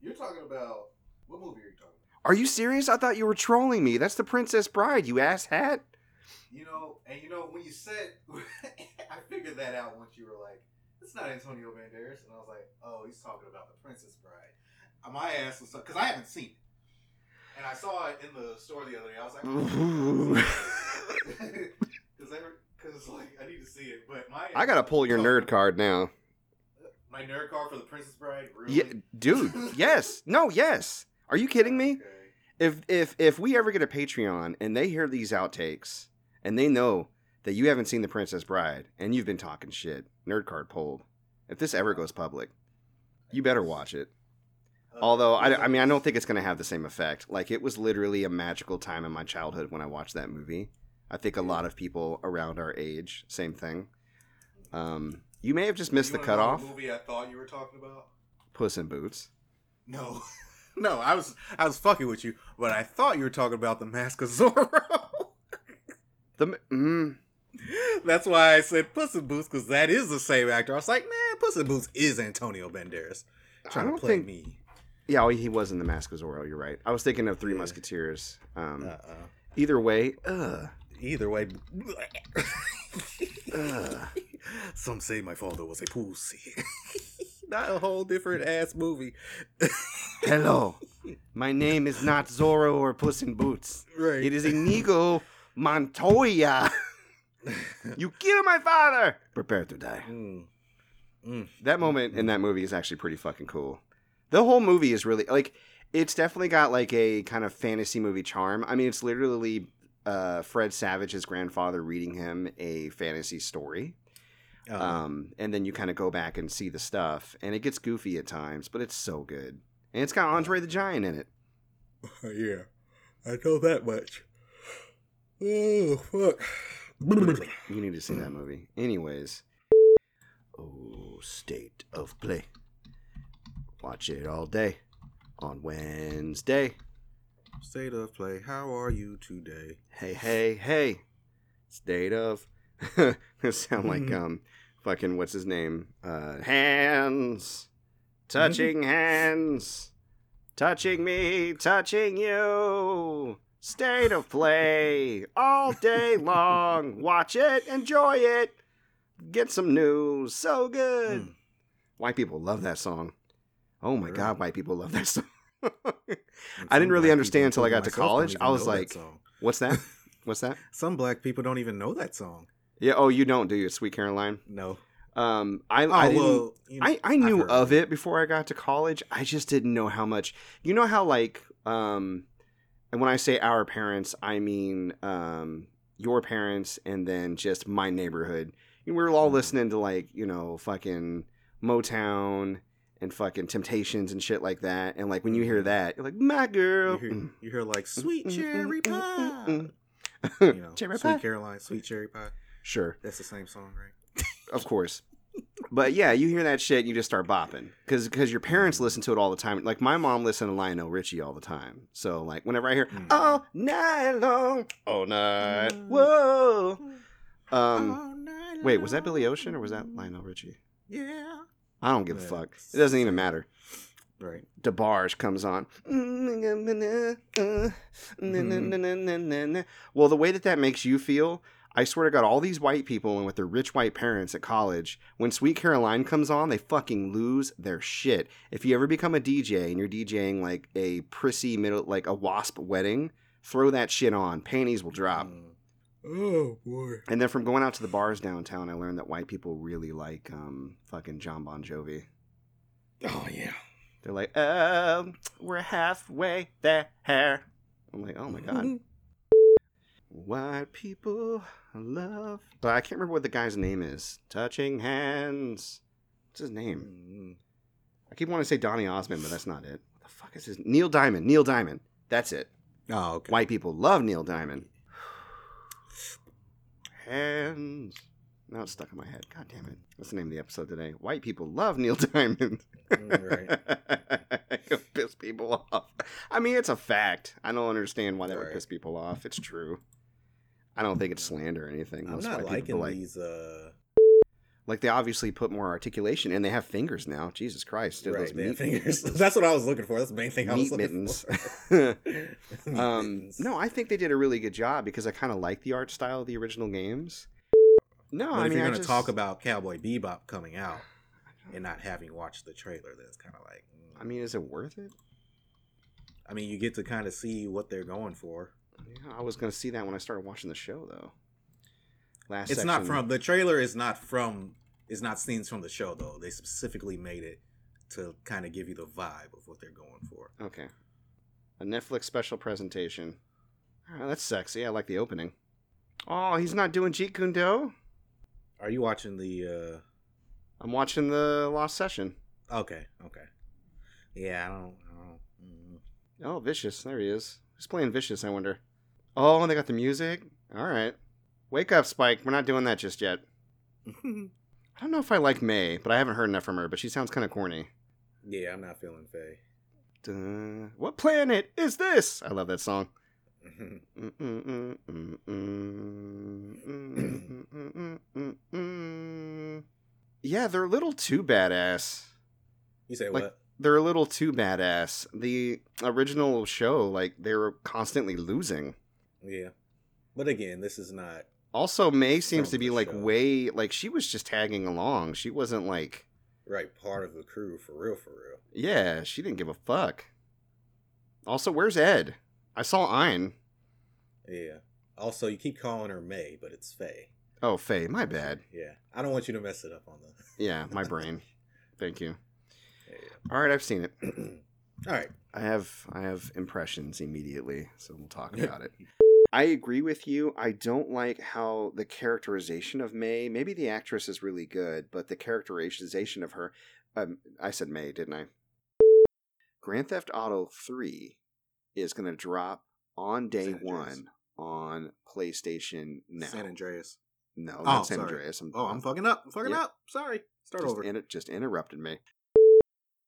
J: You're talking about. What movie are you talking about?
B: Are you serious? I thought you were trolling me. That's the Princess Bride, you ass hat.
J: You know, and you know, when you said. <laughs> I figured that out once you were like, it's not Antonio Banderas. And I was like, oh, he's talking about The Princess Bride. And My ass was. Because I haven't seen it. And I saw it in the store the other day.
B: <laughs>
J: I was like, <laughs> because because like I need to see it, but my
B: I gotta pull your nerd card now.
J: My nerd card for the Princess Bride, really?
B: Yeah, dude. Yes. No. Yes. Are you kidding me?
J: Okay.
B: If if if we ever get a Patreon and they hear these outtakes and they know that you haven't seen The Princess Bride and you've been talking shit, nerd card pulled. If this ever goes public, you better watch it.
C: Uh,
B: Although I, I mean I don't think it's gonna have the same effect. Like it was literally a magical time in my childhood when I watched that movie. I think a lot of people around our age, same thing. Um, you may have just missed
C: You
B: the
C: wanna know what
B: cutoff.
C: Movie I thought you were talking about.
B: Puss in Boots.
C: No, <laughs> no, I was I was fucking with you, but I thought you were talking about the Mask of Zorro. <laughs>
B: The m- mm,
C: That's why I said Puss in Boots because that is the same actor. I was like, man, Puss in Boots is Antonio Banderas trying to
B: don't
C: play
B: think-
C: me.
B: yeah, oh, he was in the Mask of Zorro. You're right. I was thinking of Three
C: Yeah.
B: Musketeers. Um,
C: Uh uh
B: Either way, uh, ugh, <laughs>
C: Either way, some say my father was a pussy. <laughs> Not a whole different ass movie,
B: hello. My name is not Zorro or Puss in Boots.
C: right?
B: It is <laughs> Inigo
C: <laughs>
B: Montoya. you killed my father. Prepare to die.
C: Mm.
B: That moment in that movie is actually pretty fucking cool. The whole movie is really like it's definitely got like a kind of fantasy movie charm. I mean, it's literally uh, Fred Savage's grandfather reading him a fantasy story.
C: Uh-huh.
K: Uh,
B: Um, and then you kind of go back and see the stuff, and it gets goofy at times, but it's so good. And it's got Andre the Giant in it.
K: Oh, yeah, I know that much. Oh fuck.
B: You need to see that movie. Anyways. Oh, state of play. Watch it all day on Wednesday.
C: State of play. How are you today?
B: Hey, hey, hey. State of. <laughs> sound like, um, fucking, what's his name? Uh, hands. Touching hands. Touching me, touching you. State of play. All day long. Watch it, enjoy it. Get some news. So good.
C: Hmm.
B: White people love that song. Oh my
C: Really?
B: god, white people love that <laughs> song. I didn't really understand until I got to
C: Myself don't
B: college.
C: even
B: I was
C: know that
B: like,
C: song.
B: What's that? What's that?
C: some black people don't even know that song.
B: Yeah. Oh, you don't do you, Sweet Caroline?
C: No.
B: Um, I I didn't.
C: Oh, you know,
B: I, I
C: I've
B: knew
C: heard
B: of it before I got to college. I just didn't know how much. You know how like um, and when I say our parents, I mean um your parents, and then just my neighborhood. You know, we were all
C: Mm-hmm.
B: listening to like you know fucking Motown and fucking Temptations and shit like that. And like when you hear that, you're like my girl.
C: Mm-hmm. You hear, you hear like sweet
B: Mm, mm,
C: cherry
B: mm, mm,
C: pie.
B: mm,
C: You
B: mm.
C: know,
B: <laughs> Cherry
C: sweet
B: pie?
C: Caroline, sweet cherry pie.
B: Sure.
C: That's the same song, right?
B: of course. But yeah, you hear that shit, you just start bopping because your
C: Mm.
B: parents listen to it all the time. Like my mom listened to Lionel Richie all the time. So like whenever I hear "Oh,
C: Mm.
B: all night long, all night, whoa. Um,
C: All night
B: wait, was that Billy
C: long.
B: Ocean or was that Lionel Richie?
C: Yeah.
B: I don't give a
C: Yeah,
B: fuck.
C: it's
B: It doesn't
C: the
B: even
C: same.
B: matter.
C: Right.
B: DeBarge comes on. Well, the way that that makes you feel, I swear to God, all these white people and with their rich white parents at college, when Sweet Caroline comes on, they fucking lose their shit. If you ever become a DJ and you're DJing like a prissy middle, like a wasp wedding, throw that shit on. Panties will drop.
C: Mm.
K: Oh boy.
B: And then from going out to the bars downtown, I learned that white people really like um, fucking John Bon Jovi.
K: Oh yeah.
B: They're like, um, we're halfway there. I'm like,
K: <laughs>
B: oh my
C: <laughs>
B: god. White people love. But I can't remember what the guy's name is. Touching hands. What's his name?
C: Mm.
B: I keep wanting to say Donny Osmond, but that's not it. What the fuck is his? Neil Diamond. Neil Diamond. That's it.
C: Oh, okay.
B: White people love Neil Diamond. Hands. Now it's stuck in my head. God damn it. What's the name of the episode today? White people love Neil <laughs> Diamond.
C: Mm, right.
B: <laughs> It'll piss people off. I mean, it's a fact. I don't understand why that would
C: Right.
B: piss people off. It's true. I don't think it's slander or anything.
K: I'm
B: Most
K: not
B: white
K: liking
B: people like,
K: these. Uh,
B: like they obviously put more articulation and they have fingers now. Jesus Christ, dude,
K: right,
B: those
K: they have
B: meat, <laughs>
K: fingers.
C: <laughs>
K: That's what I was looking for. That's the main thing I was
B: meat
K: looking
B: mittens. <laughs>
K: for. Meat
B: um,
K: mittens.
B: no, I think they did a really good job because I kind of like the art style of the original games. No,
C: But
B: I
C: if
B: mean,
C: you're
B: I
C: gonna
B: just-
C: talk about Cowboy Bebop
B: <sighs>
C: coming out and not having watched the trailer, that's kind of like. mm.
B: I mean, is it worth it?
C: I mean, you get to kind of see what they're going for.
B: Yeah, I was gonna see that when I started watching the show though. Last
C: it's not
B: section-
C: from the trailer. Is not from. Is not scenes from the show though. They specifically made it to kind of give you the vibe of what they're going for.
B: Okay. A Netflix special presentation. Oh, that's sexy. I like the opening. Oh, he's not doing Jeet Kune Do?
C: Are you watching the?
B: I'm watching the Lost Session.
C: uh Okay, okay. Yeah, I don't. I don't mm.
B: Oh, Vicious. There he is. Who's playing Vicious, I wonder? Oh, and they got the music? All right. Wake up, Spike. We're not doing that just yet. I don't know if I like May, but I haven't heard enough from her. But she sounds kind of corny.
C: Yeah, I'm not feeling Faye. <laughs>
B: Duh, what planet is this? I love that song. <coughs> Yeah, they're a little too badass.
C: you say
B: Like-
C: what?
B: They're a little too badass. The original show, like, they were constantly losing.
C: Yeah. But again, this is not.
B: Also, May seems
C: From
B: to be
C: the
B: like
C: show.
B: way like she was just tagging along. She wasn't like,
C: Right, part of the crew for real, for real.
B: yeah, she didn't give a fuck. Also, where's Ed? I saw Ein.
C: Yeah. Also, you keep calling her May, but it's Faye.
B: Oh, Faye, my bad.
C: Yeah. I don't want you to mess it up on the.
B: <laughs> Yeah, my brain. Thank you.
C: <laughs> Yeah. <clears throat>
B: All right, I've seen it.
C: All right.
B: I have I have impressions immediately, so we'll talk about it. I agree with you. I don't like how the characterization of May. Maybe the actress is really good, but the characterization of her. Um, I said May, didn't I? Grand Theft Auto Three is going to drop on day
C: San Andreas.
B: one on PlayStation now.
C: San Andreas.
B: no,
C: Oh,
B: not San
C: sorry.
B: Andreas. I'm,
C: Oh, I'm fucking up. I'm fucking
B: Yeah.
C: up. Sorry. Start
B: just
C: over.
B: inter- just interrupted me.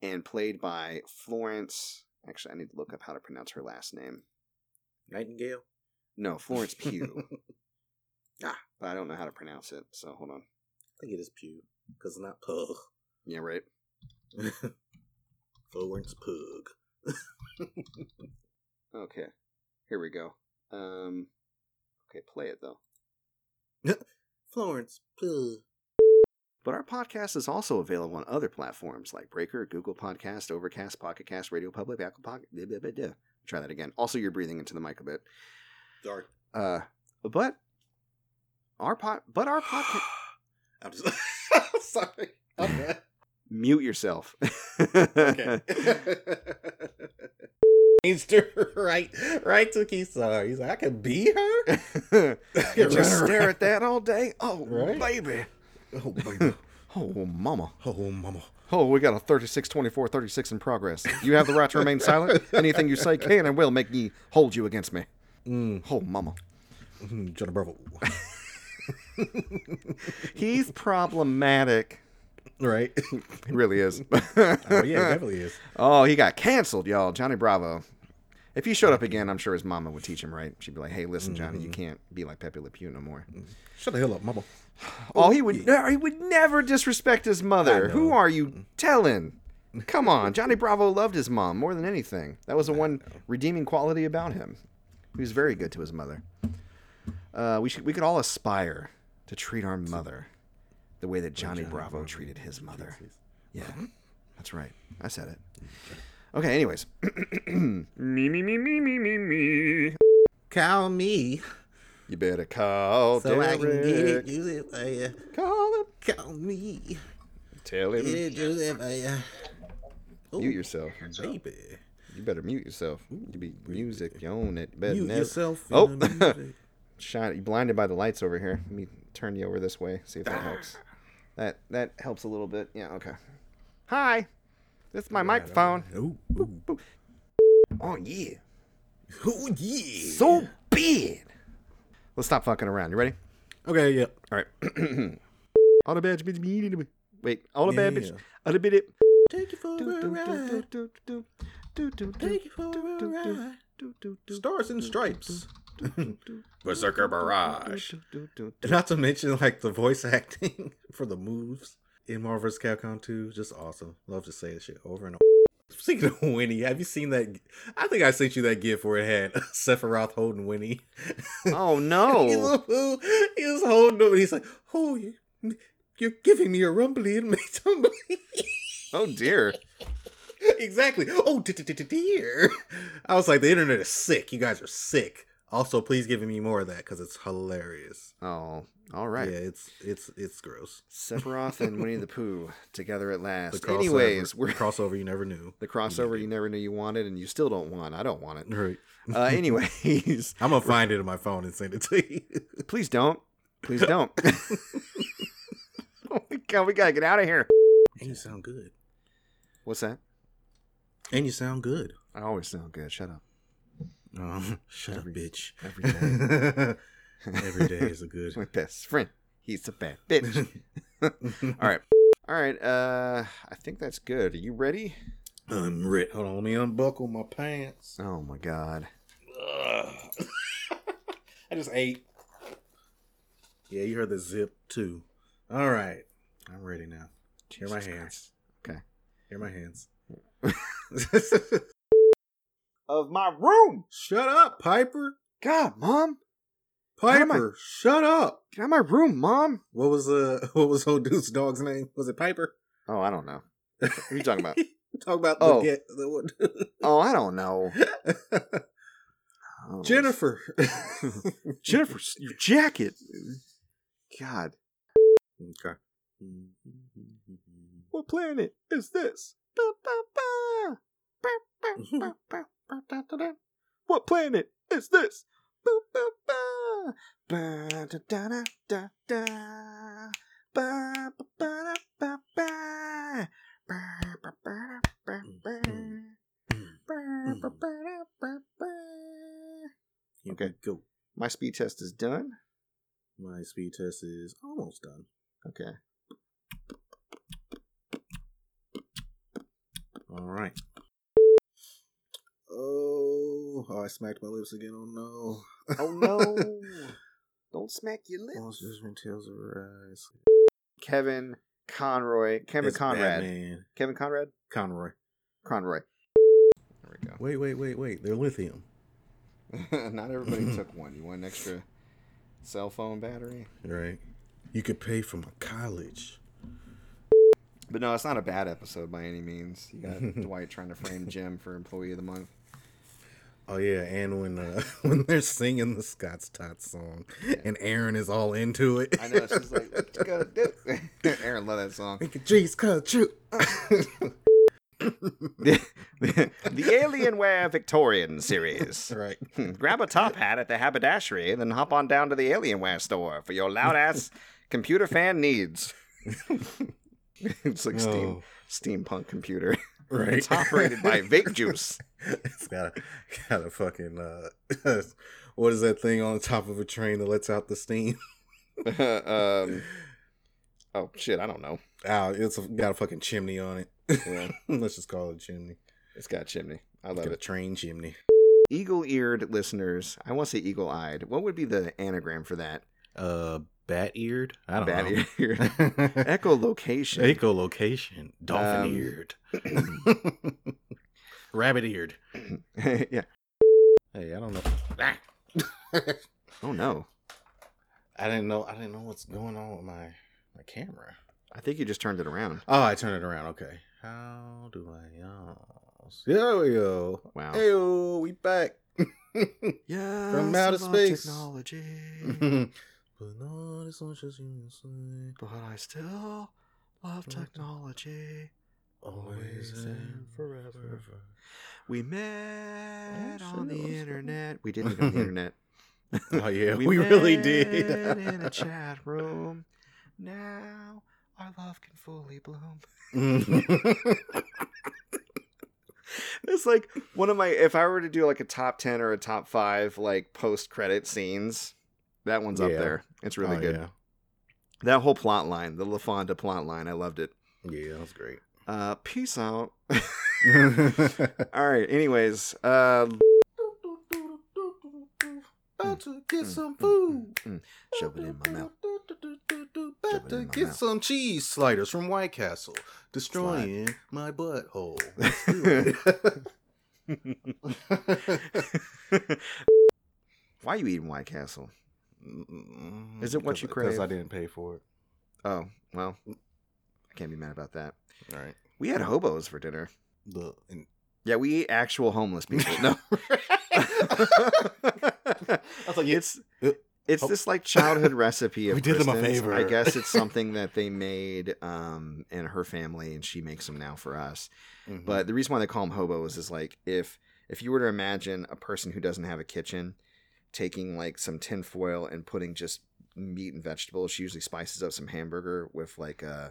B: And played by Florence. Actually, I need to look up how to pronounce her last name.
C: Nightingale.
B: No,
C: <laughs>
B: Florence Pugh.
C: I
B: but I don't know how to pronounce it, so hold on.
C: think it is Pew, because it's not Pug.
B: Yeah, right.
C: <laughs> Florence Pug.
B: Okay. Here we go. Um okay, play it though.
C: Florence Pug.
B: But our podcast is also available on other platforms like Breaker, Google Podcast, Overcast, Pocket Cast, Radio Public, Apple Pocket. Blah, blah, blah, blah. Try that again. Also, you're breathing into the mic a bit.
C: Dark.
B: Uh, but our pot, but our podcast.
C: <gasps> <laughs> I'm just. sorry. I'm <laughs> done.
B: Mute yourself. <laughs>
C: Okay. Changed her right, right to Kisa. He's like, I could be <laughs> her.
B: You just stare at that all day. Oh,
C: Right?
B: baby.
C: Oh, baby.
B: Oh, mama.
C: oh, mama.
B: Oh, we got a 36, 24, 36 in progress. You have the right to remain
C: <laughs>
B: silent. Anything you say can and will make me hold you against me. Oh, mama.
C: Mm, Johnny Bravo. <laughs>
B: He's problematic.
C: right.
B: He really is.
C: <laughs> Oh, yeah, it definitely is.
B: Oh, he got canceled, y'all. Johnny Bravo. If he showed up again, I'm sure his mama would teach him right. She'd be like, "Hey, listen, Johnny, you can't be like Pepe Le Pew no more."
C: Mm-hmm. Shut the hell up, mama.
B: Oh, he would. He would never disrespect his mother.
C: I
B: Who
C: know. Mm-hmm.
B: are you telling?
C: <laughs>
B: Come on, Johnny Bravo loved his mom more than anything. That was the one redeeming quality about him. He was very good to his mother. Uh, we should, we could all aspire to treat our mother the way that Johnny, Bravo, treated his mother. Yeah, that's right. I said it. Okay. Anyways, me me me me me me me.
C: Call me
B: You better call
C: so I can get it,
B: Derek.
C: use it for ya.
B: Call him.
C: Call me,
B: Tell him.
C: get it, use it for ya. Ooh,
B: Mute yourself.
C: baby.
B: You better mute yourself. You be music you own it. Better
C: Mute
B: never-
C: yourself. in
B: Oh,
C: the music.
B: shot! You blinded by the lights over here. Let me turn you over this way. See if that helps. That that helps a little bit. Yeah. Okay. Hi. This is my microphone.
C: <laughs> Ooh, ooh,
B: Oh yeah.
C: ooh, Oh, yeah.
B: So big. Let's stop fucking around. You ready?
C: Okay, yeah.
B: All right. All the bad bitch. Wait. All the bad bitch.
C: Yeah.
B: All the bit.
C: Take you for a ride. Take you for a ride. Stars and Stripes. <laughs> Berserker Barrage. Not to mention, like, the voice acting <laughs> for the moves in Marvel vs. Capcom 2. Just awesome. Love to say this shit over and over. Speaking of Winnie, have you seen that? I think I sent you that gif where it had <laughs> Sephiroth holding Winnie.
B: <laughs> Oh
C: He,
B: no.
C: was,
B: Oh.
C: <laughs> he was holding him, and he's like, oh, you, you're giving me a rumbly and me tumbly.
B: Oh dear.
C: <laughs> exactly. Oh, d- d- d- d- dear. I was like, the internet is sick. You guys are sick. Also, please give me more of that because it's hilarious.
B: Oh. All right.
C: Yeah, it's it's it's gross.
B: Sephiroth and Winnie the Pooh together at last.
C: crossover-
B: Anyways, we're
C: the crossover you never knew.
B: the crossover you never knew you wanted, and you still don't want. I don't <laughs> want it.
C: <laughs> Right.
B: <laughs> Uh, <laughs> anyways,
C: I'm gonna find it in my phone and send it to you.
B: <laughs> please don't. <laughs> Please don't. oh my god, we gotta get out of here.
C: And you sound good.
B: What's that?
C: And you sound good.
B: I always sound good. Shut up. <laughs>
C: Um, shut
B: Every-
C: up, bitch.
B: every <laughs> day.
C: <laughs> every day is
B: <laughs>
C: a
B: My <laughs>
C: good.
B: best friend. He's a bad bitch. All right. All right. Uh, I think that's good. Are you ready?
C: <laughs> I'm Rick. Hold on, let me unbuckle my pants.
B: Oh my god.
C: Ugh. I just ate. Yeah, you heard the zip too. All right, I'm ready now. Hear my
B: Jesus
C: hands.
B: Okay.
C: Hear my hands.
B: <laughs> Of my room.
C: shut up, Piper.
B: God, mom. Why am I-
C: Piper, shut up.
B: Get out of my room, mom.
C: What was uh <laughs> what was old dude's dog's name? Was it Piper?
B: Oh, I don't know. What are you <laughs> talking about?
C: Talk about
B: Oh.
C: the get the
B: <laughs> oh, I don't know.
C: what-
B: Oh,
C: Jennifer.
B: <laughs> Jennifer, your jacket. God.
C: okay. <laughs>
B: What planet is this? Ba, ba, ba. Ba, ba, ba, ba, ba, da, da, da. What planet is this? Ba, ba, ba. Ba, da, da, da, da, da. Ba, ba, ba, da, ba, ba. Ba, ba, ba, da, ba, ba. Ba, ba, ba, da, ba, ba.
C: Here
B: Okay.
C: we Go.
B: My speed test is done.
C: My speed test is almost done.
B: Okay.
C: All right. Oh, oh, I smacked my lips again. Oh no.
B: <laughs> Oh
C: <laughs>
B: no. Don't smack your
C: Almost
B: lips.
C: just when tails arise.
B: Kevin Conroy. Kevin
C: That's
B: Conrad.
C: Batman.
B: Kevin Conrad?
C: Conroy.
B: Conroy. There we go.
C: Wait, wait, wait, wait. They're lithium.
B: <laughs> Not everybody took one. You want an extra cell phone battery?
C: Right. You could pay for my college.
B: But no, it's not a bad episode by any means. You <laughs> got Dwight trying to frame Jim for Employee of the Month.
C: Oh yeah, and when uh, <laughs> when they're singing the Scott's Tot song, and Aaron is all into it.
B: I know, she's like, what you gonna do? <laughs> Aaron loved that song.
C: <laughs> Make your dreams come true. <laughs>
B: the Alienware Victorian series. <laughs>
C: Right.
B: Grab a top hat at the haberdashery, then hop on down to the Alienware store for your loud ass computer fan needs. <laughs> it's like steam,
C: Oh.
B: steampunk computer.
C: Right.
B: It's operated
C: <laughs>
B: by vape juice. <laughs>
C: it's got a got a fucking uh, <laughs> what is that thing on the top of a train that lets out the steam? <laughs>
B: um, oh shit, I don't know.
C: Oh, it's got a fucking chimney on it.
B: Yeah.
C: <laughs> Let's just call it a chimney.
B: It's got a chimney. I
C: It's
B: love
C: got a
B: it.
C: train chimney.
B: Eagle-eared listeners, I want to say eagle-eyed. What would be the anagram for that?
C: Uh, bat eared. I <laughs>
B: Bat-eared.
C: know.
B: Echolocation.
C: Echolocation.
B: Dolphin
C: eared. Um, Rabbit eared.
B: <laughs> yeah.
C: <laughs> Hey, I don't Ah. know.
B: Oh no.
C: I didn't know. I didn't know what's going on with my my camera.
B: I think you just turned it around.
C: Oh, I turned it around. Okay. How do I? Oh, there we go.
B: Wow.
C: Hey, we <laughs> back.
B: Yeah.
C: From outer space. <laughs>
B: Technology.
C: but not as much as you say.
B: but I still love technology.
C: Always and forever.
B: We met
C: Oh,
B: on
C: shit,
B: the
C: what's that?
B: internet. We did meet
C: <laughs>
B: on the internet.
C: <laughs>
B: <laughs>
C: Oh yeah, we, really did.
B: met <laughs> in
C: <laughs>
B: a chat room. Now our love can fully <laughs> bloom. It's like one of my if I were to do like a top ten or a top five like post credit scenes, that one's up
C: Yeah.
B: there. It's really
C: Oh,
B: good. That whole plot line, the LaFonda plot line, I loved it.
C: Yeah, yeah that was great.
B: Uh peace out. <laughs>
C: <laughs>
B: All right, anyways, uh
C: About
B: Hmm.
C: to get some
B: mm,
C: food.
B: mm. shove it in my mouth. Shove
C: About
B: it in
C: to
B: my
C: get
B: mouth.
C: some cheese sliders from White Castle, destroying my butthole. Let's do it.
B: Why you eating White Castle?
C: Mm,
B: Is it what you
C: Because I
B: crave?
C: didn't pay for it.
B: Oh, well, I can't be mad about that.
C: All right.
B: We had hobos for dinner.
C: The and,
B: Yeah, we ate actual homeless
C: <laughs>
B: people. No.
C: was like,
B: it's
C: uh,
B: it's
C: oh.
B: this like childhood recipe of
C: <laughs> We did them a
B: Kristen's.
C: favor.
B: I guess it's something that they made um in her family and she makes them now for us.
C: mhm.
B: But the reason why they call them hobos is like if if you were to imagine a person who doesn't have a kitchen taking like some tin foil and putting just meat and vegetables, she usually spices up some hamburger with like uh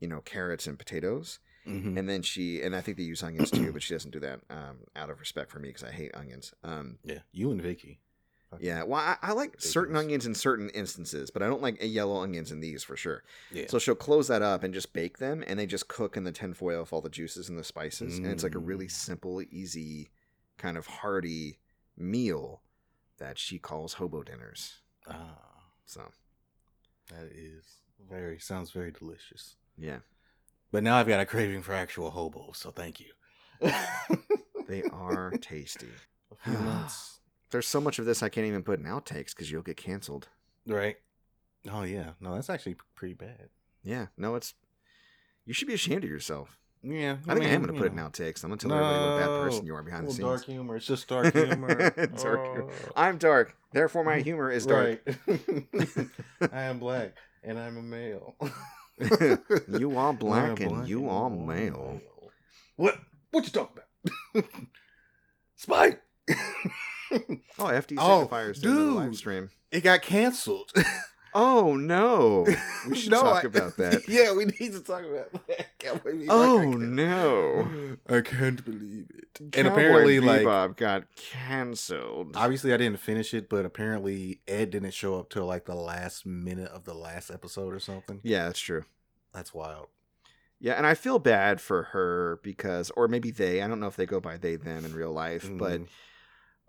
B: you know carrots and potatoes
C: Mhm.
B: and then she and I think they use onions too, but she doesn't do that um, out of respect for me because I hate onions. Um,
C: yeah, you and Vicky. fucking
B: Yeah, well, I, I like certain
C: Ridiculous.
B: onions in certain instances, but I don't like yellow onions in these for sure.
C: Yeah.
B: So she'll close that up and just bake them, and they just cook in the tinfoil with all the juices and the spices, and it's like a really
C: Mm.
B: simple, easy, kind of hearty meal that she calls hobo dinners.
C: Ah,
B: So
C: that is very sounds very delicious.
B: yeah,
C: But now I've got a craving for actual hobo, so thank you.
B: they
C: <laughs>
B: are tasty.
C: A <sighs> few months,
B: There's so much of this I can't even put in outtakes because you'll get canceled.
C: right? Oh yeah, no, that's actually pretty bad.
B: Yeah, no, it's you should be ashamed of yourself.
C: Yeah,
B: I think I am
C: mean,
B: gonna
C: you
B: put it in
C: know.
B: outtakes. I'm gonna tell everybody what a bad
C: No.
B: person you are behind the
C: Well,
B: scenes.
C: dark humor. It's
B: <laughs>
C: just dark humor. Oh.
B: Dark humor. <laughs> I'm dark, therefore
C: Mm-hmm.
B: my humor is dark.
C: Right. <laughs> I am black and I'm a male.
B: <laughs>
C: <laughs>
B: You are
C: I am
B: black and
C: black
B: you are
C: I'm a
B: male.
C: What? What you talking about? <laughs> Spike. <laughs>
B: Oh, FD
C: Oh,
B: signifiers during the live
C: dude. <laughs>
B: stream.
C: it got canceled.
B: Oh
C: <laughs>
B: no, we should
C: No,
B: talk
C: I- <laughs>
B: about that.
C: yeah, we need to talk about that. <laughs> Can't believe you
B: Oh
C: got canceled.
B: no!
C: <sighs> I can't believe it. and
B: Cowboy
C: apparently, like,
B: Bebop got canceled.
C: obviously I didn't finish it, but apparently Ed didn't show up till like the last minute of the last episode or something.
B: Yeah, that's true.
C: That's wild.
B: Yeah, and I feel bad for her because, or maybe they. I don't know if they go by they them in real life, but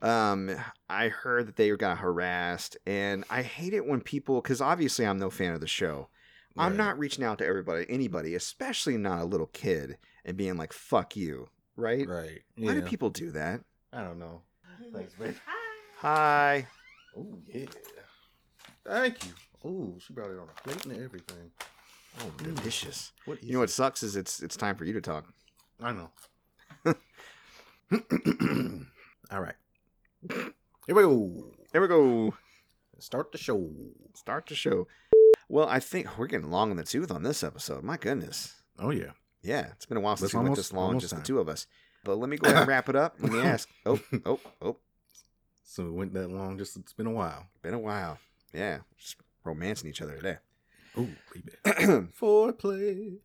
C: Mm.
B: um i heard that they got harassed and i hate it when people because obviously i'm no fan of the show i'm
C: Right.
B: not reaching out to everybody anybody especially not a little kid and being like fuck you right,
C: right.
B: why do
C: Yeah.
B: people do that
C: I don't know. Thanks, babe.
B: hi
C: Oh yeah. Thank you. Oh, she brought it on a plate and everything.
B: oh delicious
C: What is
B: you know what sucks is it's it's time for you to talk
C: I know. <laughs> All right. Here we go.
B: there we go
C: Start the show.
B: start the show well i think we're getting long in the tooth on this episode my goodness
C: Oh yeah.
B: Yeah, it's been a while since
C: It's
B: we went
C: almost-
B: this long,
C: almost
B: just the
C: time.
B: two of us. But let me go ahead
C: <laughs>
B: and wrap it up. Let me ask. Oh, oh, oh,
C: So it went that long. Just it's been a while.
B: been a while. Yeah, just romancing each other today.
C: Oh, <clears throat> baby. <laughs> Foreplay.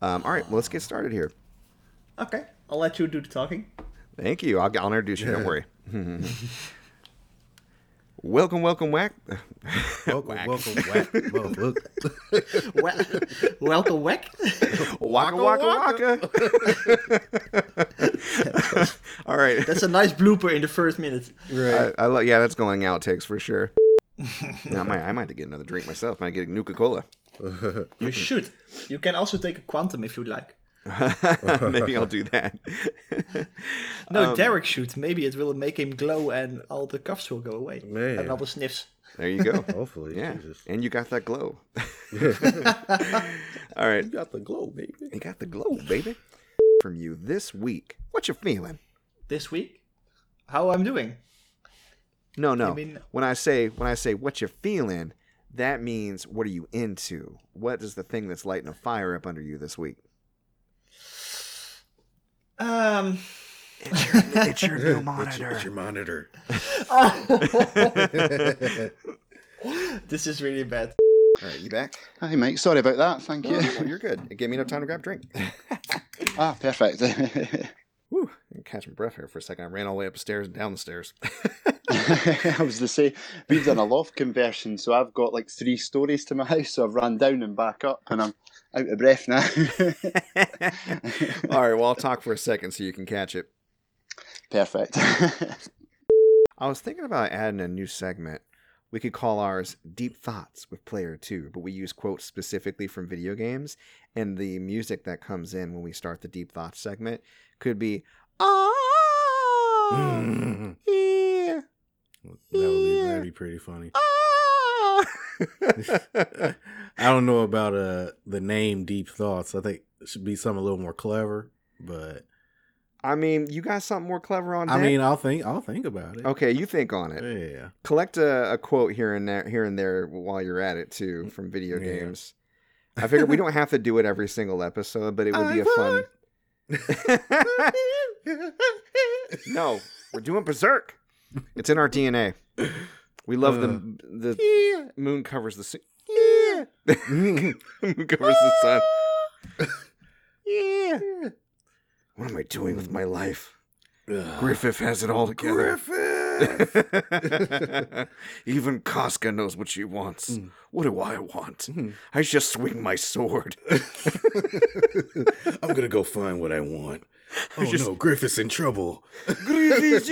B: Um, all right, well, let's get started here.
I: Okay, I'll let you do the talking.
B: Thank you. I'll, I'll introduce you. Don't worry. <laughs> welcome, welcome, whack.
C: welcome, welcome, whack. Well, look. <laughs>
I: Well, welcome, Wick.
B: Waka, waka, waka. <laughs> all right.
I: That's a nice blooper in the first minute.
B: I, I lo- yeah, that's going outtakes for sure. I might, I might have to get another drink myself. Might get a Nuka Cola.
I: You should. You can also take a quantum if you like.
B: <laughs> Maybe I'll do that. Um,
I: No, Derek should. Maybe it will make him glow and all the cuffs will go away.
C: Man.
I: And all the sniffs.
B: there you go.
C: Hopefully,
B: Yeah,
C: Oh, <laughs> Jesus.
B: and you got that glow. All right,
C: You got the glow, baby.
B: you got the glow, baby. From you this week. What you feeling?
I: This week, how I'm doing.
B: No, no.
I: mean-
B: when I say when I say what you feeling, that means what are you into? What is the thing that's lighting a fire up under you this week?
I: Um,
B: It's
I: <laughs>
B: your new monitor.
C: It's your <laughs> monitor.
I: this is really bad.
B: All right, you back?
G: Hi, mate. Sorry about that. Thank
B: No,
G: you.
B: no, no, Oh, you're good. It gave me enough time to grab a drink.
G: <laughs> ah,
B: <laughs>
G: perfect.
B: Whew. I Catch my breath here for a second. I ran all the way upstairs and down
G: <laughs>
B: the stairs. <laughs>
G: I was to say we've done a loft conversion, so I've got like three stories to my house, so I've run down and back up, and I'm out of breath now. <laughs>
B: all right, well, I'll talk for a second so you can catch it.
G: perfect. <laughs>
B: I was thinking about adding a new segment. We could call ours Deep Thoughts with Player 2, but we use quotes specifically from video games, and the music that comes in when we start the Deep Thoughts segment could
C: <laughs>
B: be, Oh,
C: that
B: yeah,
C: would be that'd be pretty <laughs> funny.
B: ah." <laughs>
C: I don't know about uh the name Deep Thoughts. I think it should be something a little more clever. But
B: I mean, you got something more clever on
C: I
B: deck?
C: mean, I'll think. I'll think about it.
B: okay, you think on it.
C: Yeah.
B: collect a, a quote here and there here and there while you're at it too from video
C: Yeah.
B: games i figure we don't have to do it every single episode but it would be a fun <laughs>
C: <laughs>
B: no we're doing berserk it's in our dna we love the
C: Uh.
B: the moon covers the sun yeah <laughs> moon covers the sun yeah what am i doing with my life
C: Uh,
B: Griffith has it all together.
H: Griffith!
B: <laughs> Even Casca knows what she wants. What do I want? I just swing my sword.
L: <laughs> I'm gonna go find what I
C: <laughs>
L: want. Oh
B: I just-
L: no, Griffith's in trouble.
B: Griffith!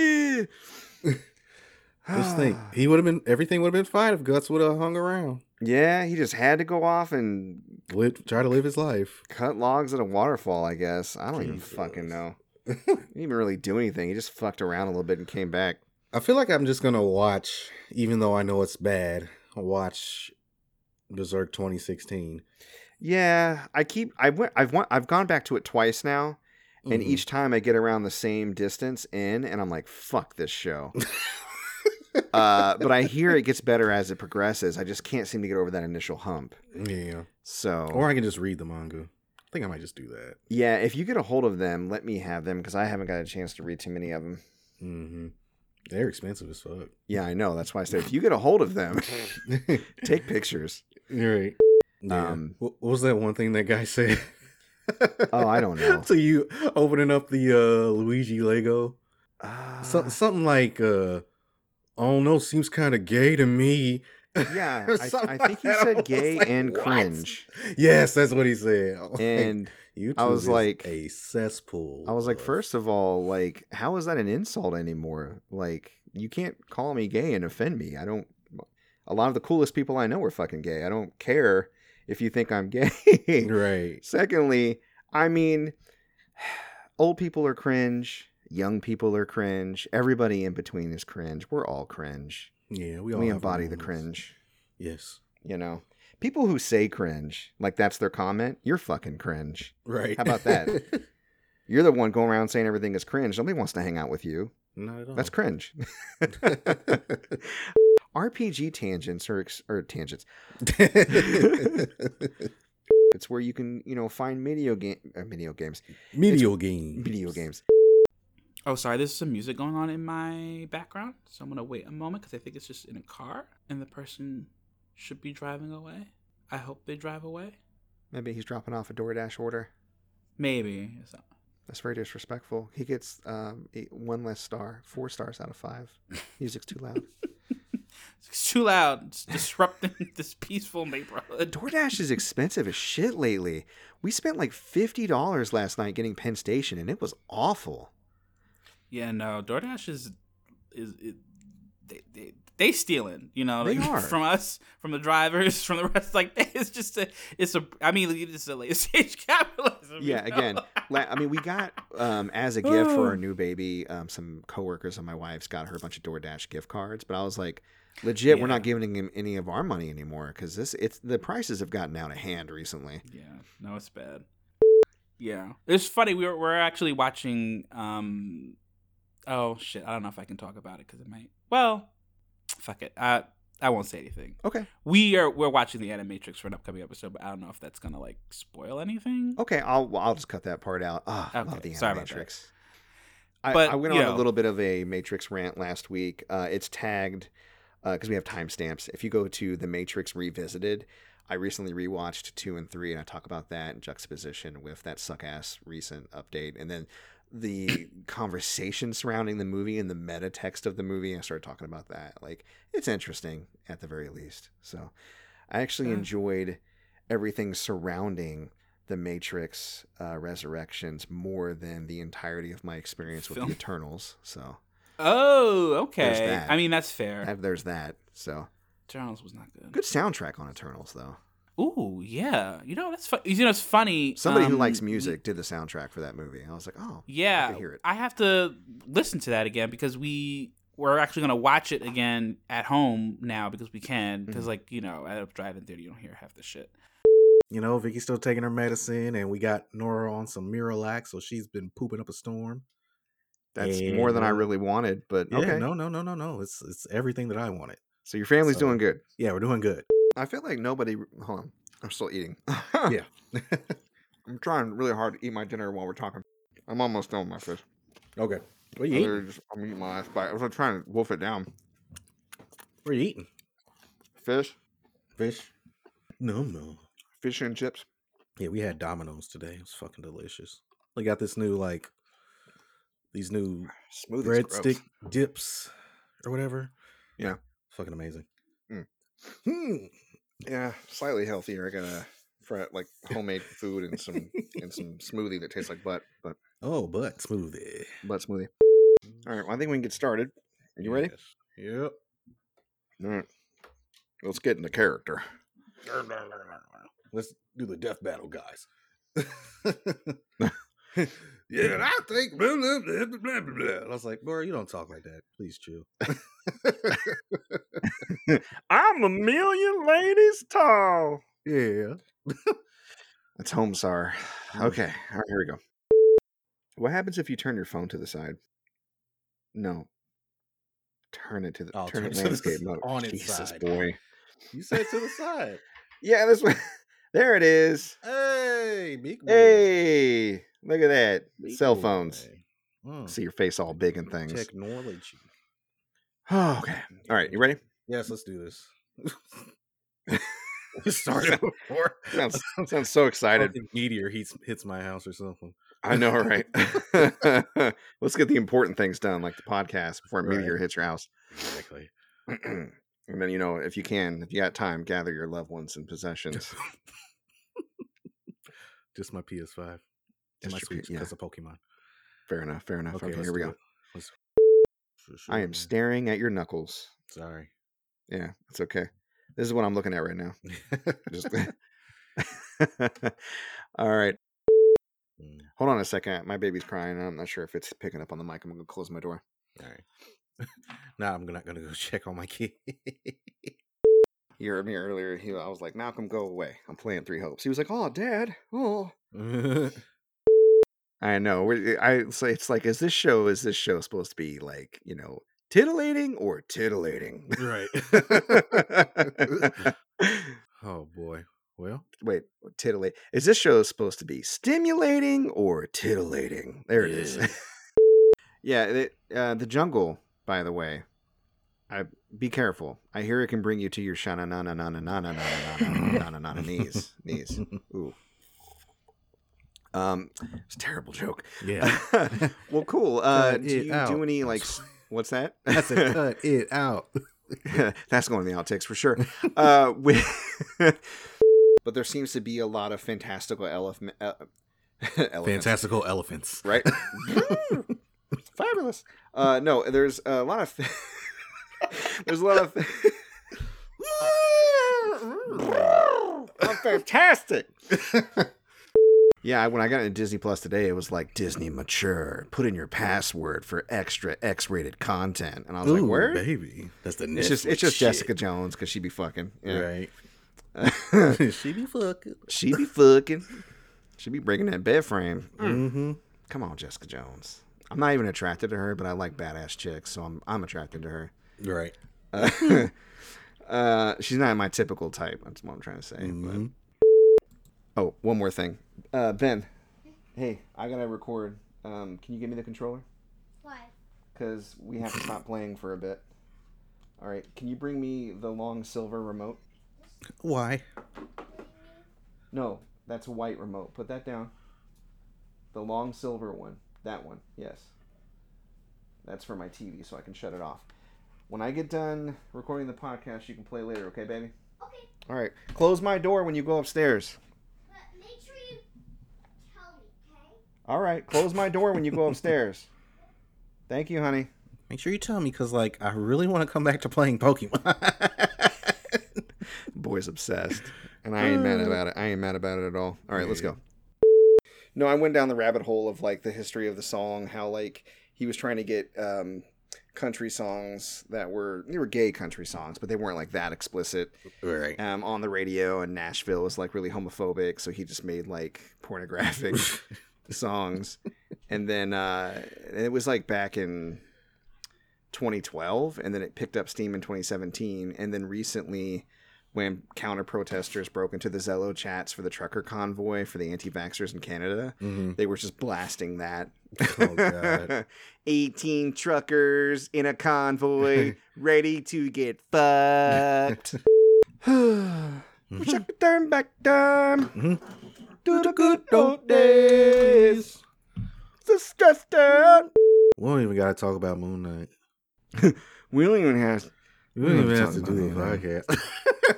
C: Just think, he would have been everything would have been fine if Guts would have hung around.
B: Yeah, he just had to go off and
C: live, try to live his
L: <laughs>
C: life.
B: Cut logs at a waterfall, I guess. I don't even fucking know. he didn't even really do anything. He just fucked around a little bit and came back.
C: I feel like I'm just gonna watch, even though I know it's bad. Watch Berserk 2016.
B: Yeah, I keep I went I've went, I've gone back to it twice now, and
C: Mhm.
B: each time I get around the same distance in, and I'm like, fuck this show. uh, but I hear it gets better as it progresses. I just can't seem to get over that initial hump.
C: Yeah.
B: So
C: Or I can just read the manga. I think I might just do that.
B: yeah, if you get a hold of them, let me have them because I haven't got a chance to read too many of them.
C: Mm-hmm. They're expensive as fuck.
B: Yeah, I know. That's why I said if you get a hold of them, <laughs> take pictures.
C: <laughs> You're right. Yeah.
B: Um,
C: Wh- what was that one thing that guy said?
B: <laughs> oh, I don't know.
C: <laughs> so you opening up the uh, Luigi Lego?
B: Uh. Ah,
C: Some- something like, uh, oh no, seems kind of gay to me.
B: Yeah,
C: <laughs> Or
B: I,
C: something
B: I think he
C: like that. I
B: said
C: was
B: gay
C: like,
B: and
C: "What?"
B: cringe.
C: Yes, that's what he said. <laughs> I'm <laughs> like,
B: And
C: YouTube
B: I was
C: is
B: like-
C: a cesspool.
B: I was like, first of all, like, how is that an insult anymore? Like, you can't call me gay and offend me. I don't. A lot of the coolest people I know are fucking gay. I don't care if you think I'm <laughs> gay.
C: <laughs> right?
B: Secondly, I mean, old people are cringe. Young people are cringe. Everybody in between is cringe. We're all cringe.
C: Yeah,
B: We,
C: we all have our
B: embody the
C: moments.
B: cringe.
C: Yes,
B: You know, people who say cringe, like that's their comment. You're fucking cringe.
C: right.
B: How about that? You're the one going around saying everything is cringe. Nobody wants to hang out with you.
C: <laughs> Not at all.
B: That's cringe. <laughs> RPG tangents or, ex- or tangents.
C: <laughs>
B: <laughs> It's where you can, you know, find video game, uh, video games,
C: Medial game.
B: video games.
M: Oh, sorry. There's some music going on in my background, so I'm gonna wait a moment because I think it's just in a car, and the person should be driving away. I hope they drive away.
B: Maybe he's dropping off a DoorDash order.
M: Maybe. It's not-
B: That's very disrespectful. He gets um, eight, one less star, four stars out of five. Music's too loud.
M: It's too loud. It's disrupting <laughs> this peaceful neighborhood.
B: DoorDash is expensive as shit lately. We spent like fifty dollars last night getting Penn Station, and it was awful.
M: Yeah, no. DoorDash is is it, they they they stealing. You know,
B: They
M: like, <laughs>
B: are.
M: from us, from the drivers, <laughs> from the rest. Like it's just a it's a. I mean, it's the latest <laughs> stage capitalism. you
B: yeah
M: know?
B: again la- i mean we got um, as a gift for our new baby um, some coworkers of my wife's got her a bunch of doordash gift cards but i was like legit we're not giving him any of our money anymore because this it's the prices have gotten out of hand recently
M: Yeah, no, it's bad. Yeah, it's funny. We were, we're actually watching. um Oh shit! I don't know if I can talk about it because it might. Well, fuck it. I I won't say anything.
B: Okay.
M: We are we're watching the Animatrix for an upcoming episode, but I don't know if that's gonna like spoil anything.
B: okay i'll well, i'll just cut that part out Ah, I love
M: Mm-hmm. Okay,
B: the
M: sorry about that.
B: animatrix I,
M: But,
B: I went
M: you
B: on a
M: know.
B: little bit of a matrix rant last week uh, it's tagged because we have timestamps if you go to the matrix revisited i recently rewatched two and three and i talk about that in juxtaposition with that suck ass recent update and then
M: <coughs>
B: the conversation surrounding the movie and the meta text of the movie i started talking about that like it's interesting at the very least so i actually
M: Yeah.
B: enjoyed everything surrounding the matrix uh, resurrections more than the entirety of my experience with
M: Film.
B: the eternals so
M: Oh,
B: there's
M: okay.
B: that.
M: I mean, that's fair.
B: That- there's that so
M: Eternals was not good.
B: good soundtrack on eternals though
M: Ooh, yeah. You know that's fu- you know it's funny.
B: somebody who
M: um,
B: likes music did the soundtrack for that movie and i was like oh
M: Yeah, I,
B: hear it.
M: have to listen to that again because we we're actually gonna watch it again at home now because we can because
B: Mm-hmm.
C: Mhm.
M: like you know at a drive-in theater you don't hear half the shit.
C: You know, Vicky's still taking her medicine, and we got Nora on some Miralax, so she's been pooping up a storm.
B: that's
C: And,
B: more than i
C: uh,
B: really wanted but
C: Yeah,
B: okay
C: no, no, no, no, no. It's it's everything that I wanted.
B: so your family's
C: So-
B: doing good
C: Yeah, we're doing good. <laughs>
B: i feel like nobody hold on i'm still eating <laughs>
C: yeah.
B: i'm trying really hard to eat my dinner while we're talking i'm almost done with my fish
C: Okay. What are you
B: I
C: eating?
B: literally just- I'm eating my last bite. I was trying to wolf it down.
C: What are you eating?
B: Fish,
C: Fish. No, no.
B: fish and chips.
C: Yeah, we had Domino's today. It was fucking delicious. They got this new like These new
B: Smooth as gross.
C: breadstick dips or whatever.
B: Yeah.
C: Fucking <laughs> amazing.
B: Hmm. Yeah, slightly healthier. I got a fr like homemade food and some and some smoothie that tastes like butt, but
C: Oh, butt smoothie.
B: butt smoothie. All right, well, I think we can get started. Are you ready?
C: Yep.
B: All right. Let's get into character.
C: Let's do the death battle, <laughs> guys.
L: Yeah, I think. Blah, blah, blah, blah, blah, blah,
C: And I
L: blah.
C: was like, bro, you don't talk like that. Please <laughs> chill.
B: I'm a million ladies tall.
C: <laughs> Yeah.
B: That's Homesar.
C: Mm.
B: Okay, all right, here we go. What happens if you turn your phone to the side? No. Turn it to the
C: Oh,
B: turn, it
C: turn it to the
B: landscape
C: s-
B: mode.
C: on its
B: Jesus
C: side.
B: boy.
C: You said to the side.
B: Yeah, this <laughs> one. There it is.
C: Hey, Meek. Mill.
B: Hey, look at that.
C: Meek
B: Cell
C: Mill,
B: phones.
C: man. Mm.
B: See your face all big and things.
C: Technology.
B: Oh, <sighs> okay. All right, you ready?
C: Yes, let's do this.
B: <laughs>
C: <laughs> We started before
B: Sounds,
C: <laughs>
B: sounds so excited.
C: fucking meteor hits hits my house or something.
B: I know, right? <laughs> Let's get the important things done, like the podcast, before a
C: Right.
B: meteor hits your house.
C: Exactly.
B: <clears throat>
C: <laughs>
B: and then, you know, if you can, if you got time, gather your loved ones and
C: <laughs>
B: possessions.
C: Just my PS5.
B: Just your
C: And my
B: P-
C: Switch
B: yeah.
C: because of Pokemon.
B: Fair enough. Fair enough. Okay,
C: let's
B: here we
C: do
B: go.
C: it. Let's- For sure,
B: I
C: man.
B: am staring at your knuckles.
C: Sorry.
B: Yeah, it's okay. This is what I'm looking at right now. <laughs> Just... All right.
C: Mm,
B: Hold on a second. My baby's crying. and I'm not sure if it's picking up on the mic. I'm going to close my door.
C: All <laughs> right. now I'm not gonna go <laughs> check on
B: <laughs>
C: my kid.
B: You heard me earlier. He, I was like, Malcolm, go away. I'm playing Three Hopes. He was like, Oh, Dad. Oh. I know. We're, eh, I it's like, it's like, is this show is this show supposed to be like you know titillating or titillating? <laughs>
C: right. Oh boy. Well,
B: Wait, titillate. Is this show supposed to be stimulating or titillating? There it is.
C: Yeah.
B: yeah, it, uh, the jungle. By the way, I be careful. I hear it can bring you to your shana na na na na na na na na na na na knees
C: <laughs>
B: knees. Ooh. Um, it's a terrible joke.
C: yeah.
B: <laughs> well, cool. Uh,
C: Cut
B: do
C: it
B: you
C: out.
B: do any like? s- <laughs> What's that?
C: That's a cut it out.
B: That's going in the outtakes for sure. Uh, <laughs> with but there seems to be a lot of fantastical elephant. Uh, <laughs> <laughs> elephants,
C: Fantastical
B: <laughs>
C: elephants. <laughs>
B: right? Fabulous. Uh, no, there's a lot of. <laughs> there's a lot of. <laughs> I'm fantastic. <laughs> yeah, when I got into Disney Plus today, it was like Disney Mature. Put in your password for extra X-rated content, and I was like,
C: Ooh,
B: "Where?"
C: baby. That's the next.
B: It's just it's just Jessica Jones because she be fucking. Yeah. <laughs>
C: Right. she be fucking.
B: she be fucking. She be breaking that bed frame.
C: Mm-hmm.
B: Come on, Jessica Jones. I'm not even attracted to her, but I like badass chicks, so I'm I'm attracted to her.
C: Right.
B: Uh, <laughs> uh, she's not my typical type. That's what I'm trying to say.
C: Mhm.
B: But oh, one more thing, uh, Ben. Hey, I gotta record. Um, can you give me the controller?
D: What?
B: Cause we have to stop playing for a bit. All right. Can you bring me the long silver remote?
C: Why?
B: No, that's a white remote. Put that down. The long silver one. That one. Yes. That's for my TV, so I can shut it off. When I get done recording the podcast, you can play later, okay, baby?
D: Okay,
B: All right. Close my door when you go upstairs.
D: but make sure you tell me, okay?
B: All right. Close my door when you go upstairs. Thank you, honey.
C: Make sure you tell me, cause like I really want to come back to playing
B: <laughs>
C: Pokemon.
B: Boy's obsessed. And I ain't mad about it. I ain't mad about it at all. All right, let's go. No, I went down the rabbit hole of like the history of the song, how like he was trying to get um country songs that were they were gay country songs, but they weren't like that explicit
C: right.
B: um on the radio and Nashville was like really homophobic, so he just made like pornographic
C: <laughs>
B: songs. And then uh and it was like back in 2012 and then it picked up steam in 2017 and then recently when counter protesters broke into the Zello chats for the trucker convoy for the anti-vaxxers in Canada, <laughs>
C: Mm-hmm.
B: they were just blasting that. <laughs>
C: Oh, God.
B: 18 truckers in a
C: <laughs>
B: convoy ready to get fucked. <sighs> Check the turn back time to the good old days. The stressed out
C: We don't even got to talk about Moon Knight.
B: we don't even have.
C: We don't even have to do the podcast.
B: <laughs>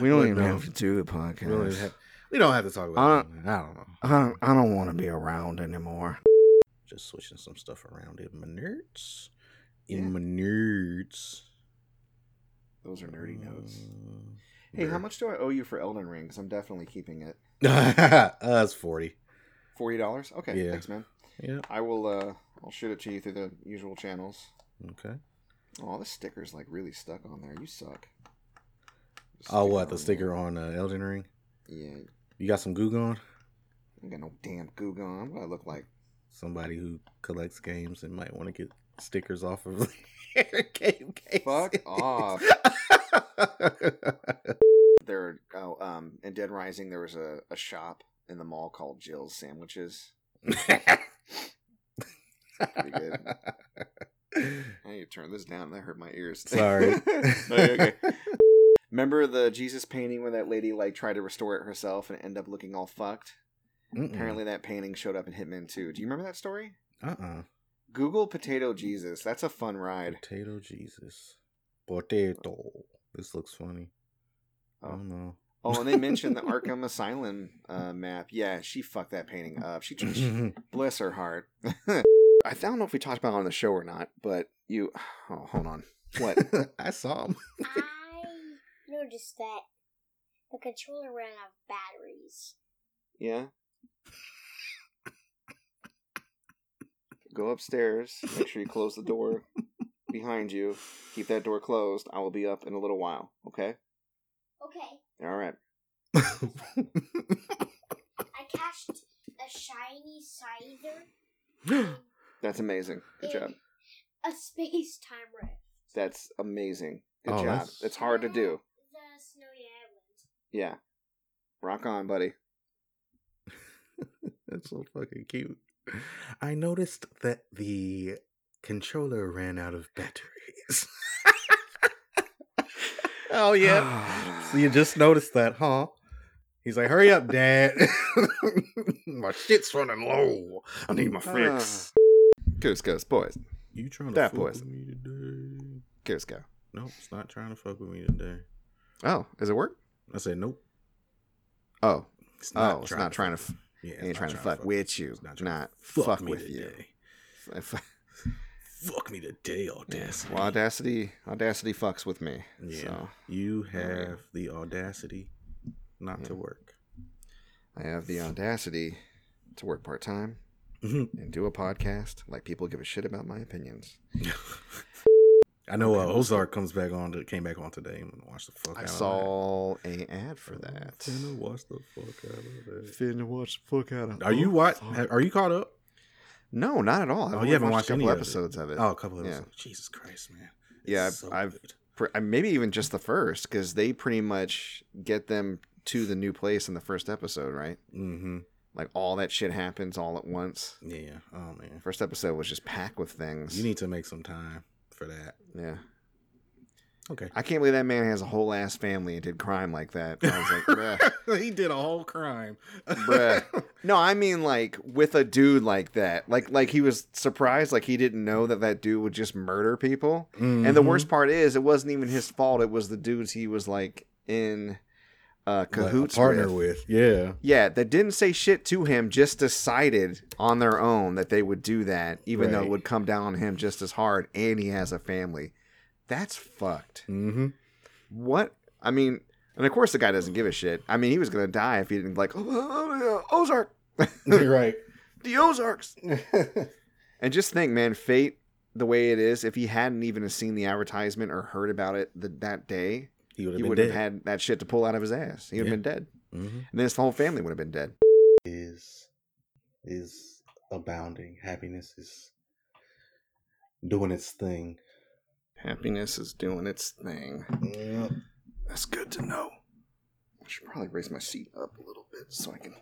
B: We don't
C: But
B: even
C: no.
B: have to do the podcast. Uh,
C: We don't even have- we don't have to talk
B: I
C: about
B: don't,
C: Moon Knight. I don't know.
B: I don't, I don't want to be around anymore.
C: Just switching some stuff around in my nerds. In my nerds.
B: Those are nerdy notes.
C: Mm.
B: Hey, how much do I owe you for Elden Ring? Because I'm definitely keeping it.
C: <laughs> uh, that's 40.
B: Forty dollars. Okay,
C: Yeah.
B: thanks, man.
C: Yeah.
B: I will. uh I'll shoot it to you through the usual channels.
C: Okay.
B: Oh, this sticker's like really stuck on there. You suck.
C: Oh, what? The sticker on uh, Elden Ring?
B: Yeah,
C: You got some goo gone?
B: I got no damn goo gone. What I look like?
C: Somebody who collects games and might want to get stickers off of. <laughs>
B: Fuck off. there, oh, um, in Dead Rising, there was a, a shop in the mall called Jill's Sandwiches. Pretty good. I need to turn this down. That hurt my ears.
C: Sorry.
B: <laughs> okay, okay. Remember the Jesus painting where that lady like tried to restore it herself and ended up looking all fucked?
C: Mm.
B: Apparently, that painting showed up in Hitman 2. Do you remember that story?
C: Uh uh
B: Google Potato Jesus. That's a fun ride.
C: Potato Jesus. Potato. This looks funny. I don't know.
B: Oh, and they mentioned the Arkham Asylum uh, map. Yeah, she fucked that painting up. She,
C: <laughs>
B: she bless her heart. <laughs> I don't know if we talked about it on the show or not, but you. <sighs> Oh, hold on. What?
C: I saw him. <laughs>
D: I noticed that the controller ran out of batteries.
B: Yeah. Go upstairs. Make sure you close the door behind you. Keep that door closed. I will be up in a little while. Okay.
D: Okay,
B: All right.
D: I cached a shiny
B: <gasps>
D: cider
B: That's amazing. Good job.
D: in a space time rift.
B: That's amazing. Good
C: Oh,
B: job.
C: that's-
B: It's hard to do.
D: The snowy island.
B: Yeah. Rock on, <sighs> buddy.
C: That's so fucking cute. I noticed that the controller ran out of batteries. <laughs> oh <laughs> yeah. so you just noticed that, huh? He's like, "Hurry
B: <laughs>
C: up, Dad! My shit's running low. I need my fix."
B: Goose Goose Boys.
C: You trying
B: That boys.
C: me today?
B: Goose Go.
C: Nope, it's not trying to fuck with me today.
B: Oh, does it work?
C: I said nope.
B: Oh.
C: It's
B: oh, it's not trying to. F-
C: Yeah,
B: it
C: it's
B: ain't
C: not
B: trying to fuck with you.
C: not
B: Not,
C: trying to
B: fuck,
C: me
B: with you.
C: today.
B: F- f-
C: Fuck me today, audacity.
B: Well, audacity, audacity fucks with me.
C: Yeah.
B: So
C: You
B: oh,
C: have the audacity not
B: Mm.
C: to work. <laughs>
B: I have the audacity to work part time and do a podcast. Like people give a shit about my opinions.
C: I know uh, Ozark comes back on. To, came back on today. I'm gonna watch the fuck.
B: I
C: out
B: saw a ad for that.
C: Of that. watch the fuck out of that.
B: Finna watch the oh, fuck out of.
C: Are you what? Are you caught up?
B: No, not at all. I've
C: Oh,
B: only
C: you haven't
B: watched
C: watched
B: a
C: any
B: couple
C: of it.
B: episodes of it.
C: Oh, a couple of
B: Yeah.
C: episodes. Jesus Christ, man.
B: yeah, I've,
C: It's so
B: I've
C: good.
B: pr- uh, maybe even just the first because they pretty much get them to the new place in the first episode, right?
C: Mm-hmm.
B: Like all that shit happens all at once.
C: Yeah. Oh man.
B: First episode was just packed with things.
C: You need to make some time for that.
B: yeah,
C: Okay.
B: I can't believe that man has a whole ass family and did crime like that. I
C: <laughs>
B: was like, bruh,
C: he did a whole crime.
B: bruh. No, I mean like with a dude like that. Like like he was surprised, like he didn't know that that dude would just murder people. And the
C: Mhm. <laughs>
B: worst part is, it wasn't even his fault. It was the dudes he was like in uh,
C: Like, a
B: cahoots
C: partner
B: with.
C: with. Yeah.
B: Yeah, that didn't say shit to him, just decided on their own that they would do that, even though
C: Right.
B: it would come down on him just as hard, and he has a family. That's fucked. <laughs>
C: Mm-hmm.
B: What? I mean, and of course the guy doesn't give a shit. I mean, he was going to die if he didn't, like, oh, oh, oh, Ozark, <laughs>
C: You're right.
B: the Ozarks. and just think, man, fate, the way it is, if he hadn't even seen the advertisement or heard about it the, that day,
C: He would have
B: he
C: been
B: would have
C: dead.
B: had that shit to pull out of his ass. He would
C: Yeah.
B: have been dead.
C: mm-hmm.
B: And then his whole family would have been dead.
C: is is abounding. Happiness is doing its thing.
B: Happiness is doing its thing.
C: Yep.
B: That's good to know. I should probably raise my seat up a little bit so I can.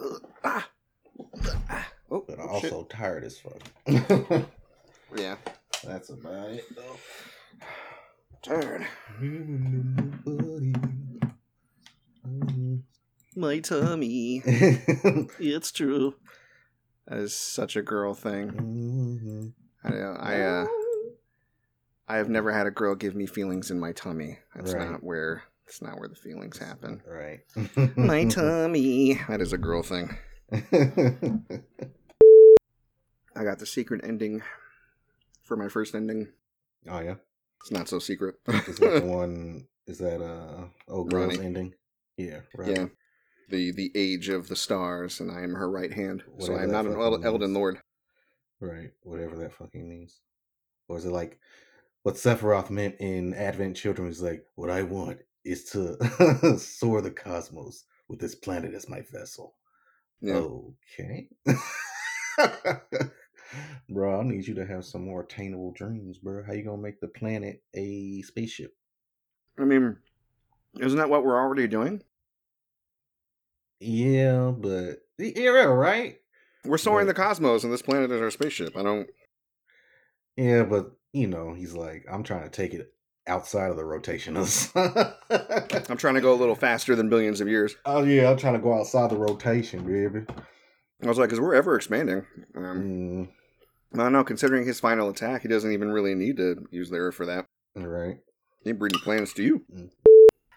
B: Ugh. ah. Ah. Oh,
C: But I'm
B: oh, shit.
C: also tired as fuck.
B: yeah.
C: <laughs> That's about it though.
B: Tired.
C: Nobody.
B: My tummy. it's true. That is such a girl thing. I don't- I uh, I have never had a girl give me feelings in my tummy. That's
C: Right.
B: not where that's not where the feelings
C: <laughs>
B: happen.
C: <laughs> Right. <laughs>
B: my tummy. That is a girl thing. I got the secret ending for my first ending.
C: Oh yeah.
B: It's not so secret. <laughs>
C: Is <laughs> that the one? Is that uh old girl's
B: Ronnie.
C: ending? Yeah. Right.
B: Yeah. The the age of the stars, and I am her right hand. so
C: Whatever
B: I am
C: that
B: not an
C: fucking
B: El- Elden
C: means.
B: Lord.
C: Right. Whatever that fucking means. Or is it like what Sephiroth meant in Advent Children? Is like what I want is to <laughs> soar the cosmos with this planet as my vessel.
B: Yeah.
C: Oh. Okay. <laughs> bro, I need you to have some more attainable dreams, bro. How you gonna make the planet a spaceship?
B: I mean, isn't that what we're already doing?
C: Yeah, but yeah, right.
B: We're soaring the cosmos, and this planet is our spaceship. I don't.
C: Yeah, but you know, he's like, I'm trying to take it outside of the rotation of the sun. <laughs>
B: I'm trying to go a little faster than billions of years.
C: Oh yeah, I'm trying to go outside the rotation, baby.
B: I was like, because we're ever expanding.
C: Um,
B: I don't know. Considering his final attack, he doesn't even really need to use Lyra for that.
C: Right.
B: He breeding plans to you.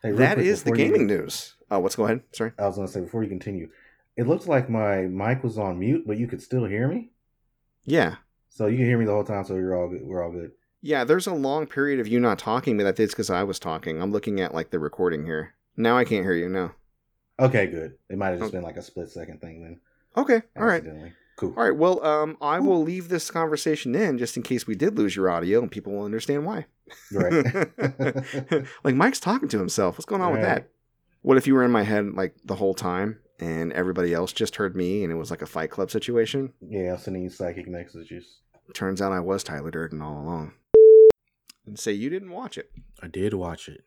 C: Hey, real
B: that
C: quick,
B: is the
C: before you-
B: gaming news. Oh, what's going on? Sorry.
C: I was gonna say before you continue, it looks like my mic was on mute, but you could still hear me.
B: Yeah.
C: So you can hear me the whole time. So you're all good. We're all good.
B: Yeah, there's a long period of you not talking, but that is because I was talking. I'm looking at like the recording here. Now I can't hear you. No.
C: Okay, good. It might have just been like a split second thing then.
B: Okay. Oh. All right.
C: Accidentally. Cool.
B: All right. Well, um, I will leave this conversation in just in case we did lose your audio and people will understand why. <laughs>
C: Right.
N: <laughs>
B: like Mike's talking to himself. What's going on with
C: Right.
B: that? What if you were in my head like the whole time and everybody else just heard me and it was like a Fight Club situation?
C: Yeah, I'm sending you psychic messages.
B: Turns out I was Tyler Durden all along. And say you didn't
N: <gasps>
B: watch it.
N: I did watch it.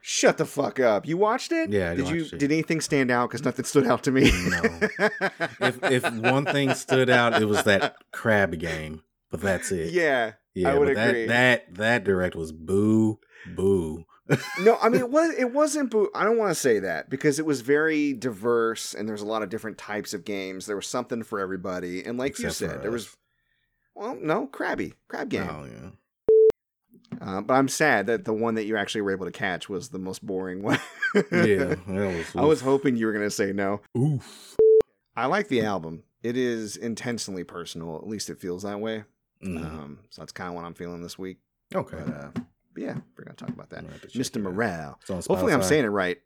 B: Shut the fuck up. You watched it?
N: Yeah, I
B: did you?
N: watched it.
B: Did anything stand out? Because nothing stood out to me.
N: If if one thing stood out, it was
B: <laughs>
N: that crab game. But that's it.
B: Yeah, I would
N: but that,
B: agree.
N: That that direct was boo boo.
B: no, I mean it was it wasn't boo I don't want to say that because it was very diverse and there's a lot of different types of games. There was something for everybody. And like
N: Except
B: you
N: for
B: said, there
N: us.
B: was well, no, Krabby. Crab game.
N: Oh
B: <laughs>
N: yeah.
B: Uh, but I'm sad that the one that you actually were able to catch was the most boring one.
N: Yeah, that was-
B: <laughs> I was hoping you were gonna say no.
N: Oof.
B: I like the album. It is intentionally personal. At least it feels that way. Um, so that's kind of what I'm feeling this week.
N: Mm-hmm. Okay.
B: But, uh, but yeah, we're gonna talk about that.
N: check
B: Mr. Morale.
N: It's on
B: Hopefully, I'm
N: Spotify.
B: saying it right.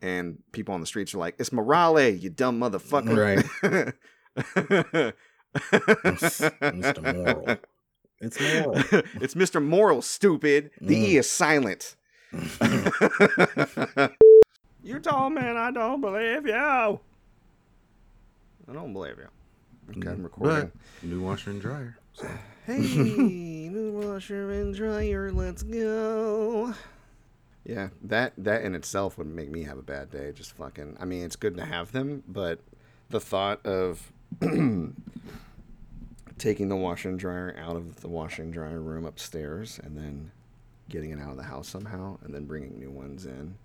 B: And people on the streets are like, "It's Morale, you dumb motherfucker!" <laughs> Right.
N: <laughs> Mr. Moral. It's
B: <laughs>
N: moral.
B: it's Mr. Moral, stupid. The E
N: Mm.
B: is silent. <laughs> You told me and I don't believe you. I don't believe you. Okay, I'm recording.
N: But new washer and dryer. So.
B: Hey, <laughs> new washer and dryer, let's go. Yeah, that that in itself would make me have a bad day. Just fucking. I mean, it's good to have them, but the thought of <clears throat> taking the washer and dryer out of the washer and dryer room upstairs and then getting it out of the house somehow and then bringing new ones in.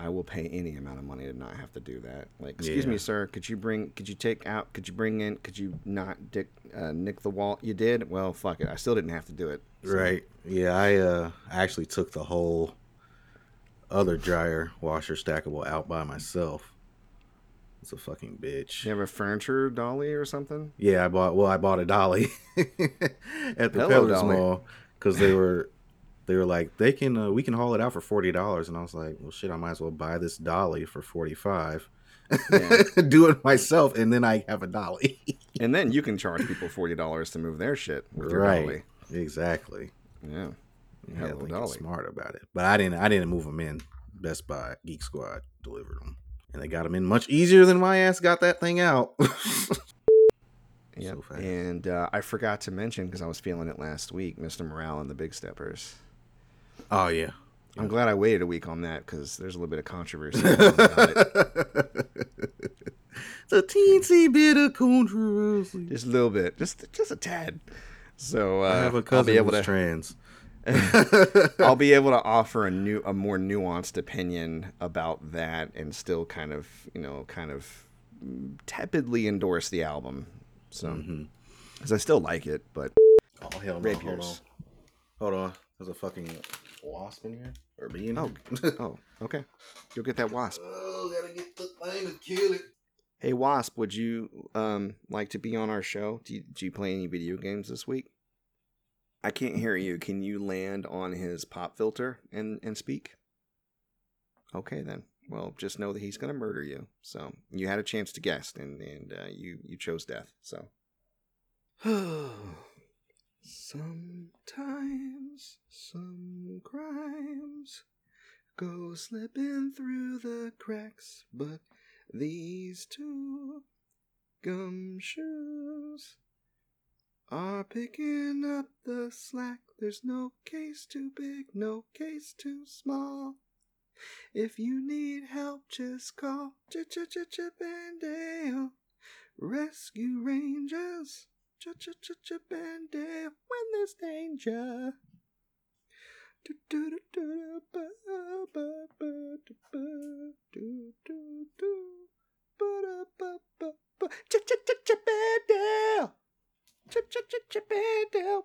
B: I will pay any amount of money to not have to do that. Like, excuse me,
N: Yeah.
B: sir, could you bring, could you take out, could you bring in, could you not dick, uh, nick the wall? You did? Well, fuck it. I still didn't have to do it. So-
N: Right. Yeah, I uh I actually took the whole other dryer washer stackable out by myself. It's a fucking bitch.
B: You have a furniture dolly or something?
N: Yeah, I bought well, I bought a dolly <laughs> at the
B: Hello,
N: Peddler's
B: dolly.
N: Mall because they were they were like they can uh, we can haul it out for forty dollars, and I was like, well, shit, I might as well buy this dolly for forty five, <laughs> do it myself, and then I have a dolly. <laughs>
B: And then you can charge people $40 to move their shit with your dolly.
N: Exactly.
B: Yeah.
N: Yeah,
B: Hello,
N: thinking
B: dolly.
N: smart about it. But I didn't. I didn't move them in. Best Buy, Geek Squad delivered them, and they got them in much easier than my ass got that thing out. <laughs>
B: Yep. and uh, I forgot to mention because I was feeling it last week, Mr. Morale and the Big Steppers.
N: Oh yeah.
B: I'm glad I waited a week on that because there's a little bit of controversy
N: <laughs>
B: about it.
J: <laughs>
N: it's a teensy bit of controversy.
B: Just a little bit, just just a tad. So uh,
N: I have a cousin
B: will be able
N: who's
B: to
C: <laughs>
N: trans.
C: Oh,
B: I'll be able to offer a new, a more nuanced opinion about that, and still kind of, you know, kind of tepidly endorse the album. So,
C: Mm.
B: because I still like it, but
C: Oh hell no!
B: Rapiers.
C: Hold on. Hold on. There's a fucking wasp in here or bee in
B: Oh,
C: here.
B: oh, okay. You'll get that wasp.
J: Oh, gotta get the thing to kill it.
B: Hey, wasp, would you um like to be on our show? Do you, do you play any video games this week? I can't hear you. Can you land on his pop filter and and speak? Okay then. Well, just know that he's gonna murder you. So you had a chance to guess, and and uh, you you chose death. So <sighs> Sometimes some crimes go slipping through the cracks, but these two gumshoes are picking up the slack. There's no case too big, no case too small. If you need help, just call Chip Chip Chip Chip and Dale Rescue Rangers. Chip Chip Chip Chip and Dale when there's danger.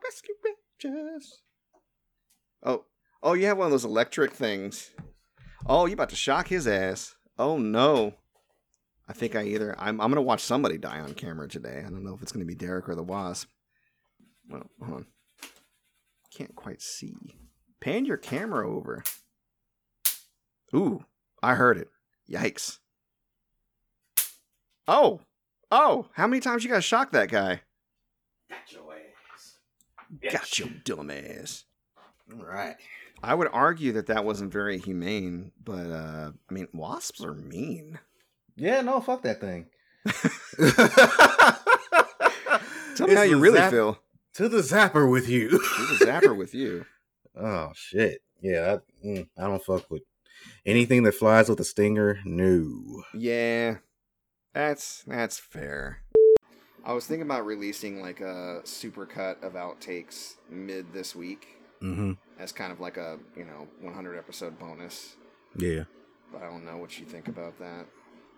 B: Rescue Rangers. Oh, oh, you have one of those electric things. Oh, you about to shock his ass. Oh no. I think I either I'm I'm gonna watch somebody die on camera today. I don't know if it's gonna be Derek or the Wasp. Well, hold on. Can't quite see. Pan your camera over. Ooh, I heard it. Yikes. Oh, oh, how many times you gotta shock that guy?
J: Got your ass.
B: Got you, dumb ass.
C: All right.
B: I would argue that that wasn't very humane, but uh, I mean, wasps are mean.
C: Yeah, no, fuck that <laughs> thing.
B: Tell me how
C: It's
B: you
C: the
B: really
C: zap-
B: feel.
C: To the zapper with you.
B: to the zapper with you. <laughs>
C: Oh shit. Yeah, I, mm, I don't fuck with anything that flies with a stinger. No.
B: Yeah, that's that's fair. I was thinking about releasing like a supercut of outtakes mid this week
C: Mm-hmm.
B: as kind of like a you know 100 episode bonus,
N: Yeah.
B: but I don't know what you think about that.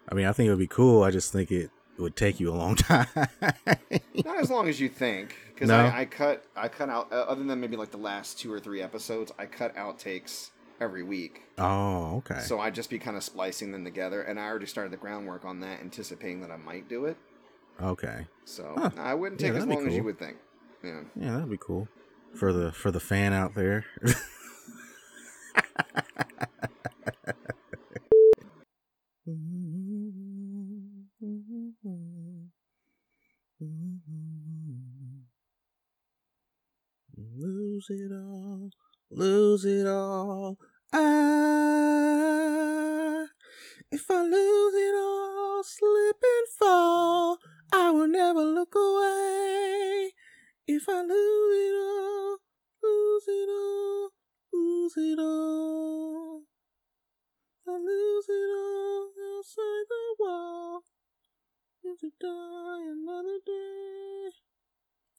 N: I mean, I think it would be cool. I just think it would take you a long <laughs> time.
B: Not as long as you think, because
N: No.
B: I, I cut I cut out uh, other than maybe like the last two or three episodes, I cut outtakes every week.
N: oh, okay.
B: So I'd just be kind of splicing them together, and I already started the groundwork on that, anticipating that I might do it.
N: okay.
B: So
N: Huh.
B: I wouldn't
N: Yeah,
B: take as
N: that'd be
B: long as you
N: cool.
B: would think. Yeah.
N: Yeah, that'd be cool for the for the fan out there.
C: <laughs> Lose it all. Lose it all. I, if I lose it all, slip and fall, I will never look away. If I lose it all, lose it all, lose it all. I lose it all outside the wall. If to die another day.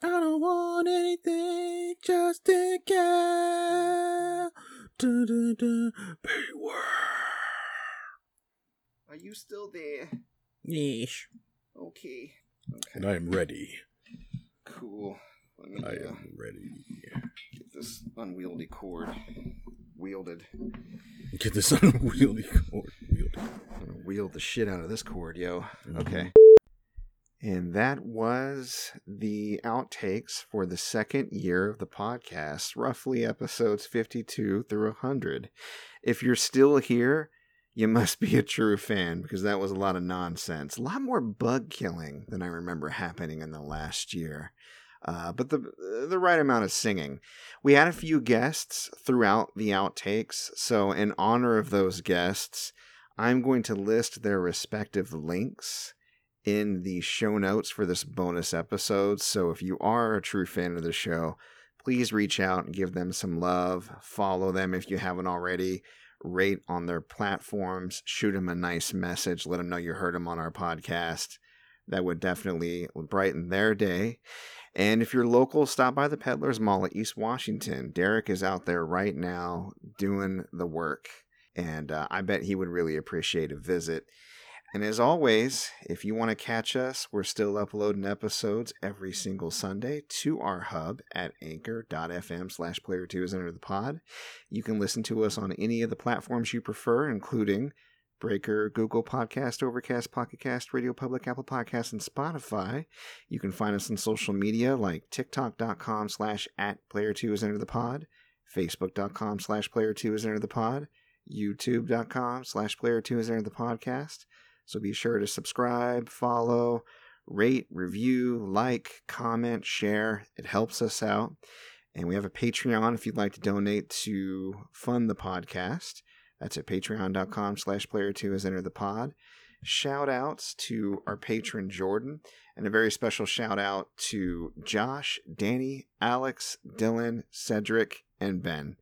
C: I don't want anything, just a cow. Du, du, du.
B: Are you still there?
N: Yeesh.
B: Okay. Okay.
O: And I am ready.
B: Cool. Let me
O: I
B: uh,
O: am ready.
B: get this unwieldy cord wielded.
O: Get this unwieldy cord wielded.
B: I'm gonna wield the shit out of this cord, yo. Okay. And that was the outtakes for the second year of the podcast, roughly episodes 52 through 100. If you're still here, you must be a true fan because that was a lot of nonsense. A lot more bug killing than I remember happening in the last year. Uh, but the the right amount of singing. We had a few guests throughout the outtakes, so in honor of those guests, I'm going to list their respective links in the show notes for this bonus episode. So if you are a true fan of the show, please reach out and give them some love. Follow them if you haven't already. Rate on their platforms. Shoot them a nice message. Let them know you heard them on our podcast. That would definitely brighten their day. And if you're local, stop by the Peddler's Mall at East Washington. Derek is out there right now doing the work. And uh, I bet he would really appreciate a visit. And as always, if you want to catch us, we're still uploading episodes every single Sunday to our hub at anchor.fm slash player two is under the pod. You can listen to us on any of the platforms you prefer, including Breaker, Google Podcast, Overcast, Pocket Cast, Radio Public, Apple Podcasts, and Spotify. You can find us on social media like tiktok.com slash at player two is under the pod, facebook.com slash player two is under the pod, youtube.com slash player two is under the podcast. So be sure to subscribe, follow, rate, review, like, comment, share. It helps us out. And we have a Patreon if you'd like to donate to fund the podcast. That's at patreon.com slash player two is enter the pod. Shout outs to our patron Jordan, and a very special shout out to Josh, Danny, Alex, Dylan, Cedric, and Ben.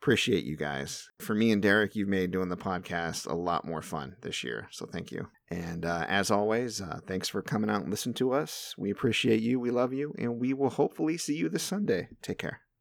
B: Appreciate you guys. For me and Derek, you've made doing the podcast a lot more fun this year, so thank you. And uh, as always, uh, thanks for coming out and listening to us. We appreciate you, we love you, and we will hopefully see you this Sunday. Take care.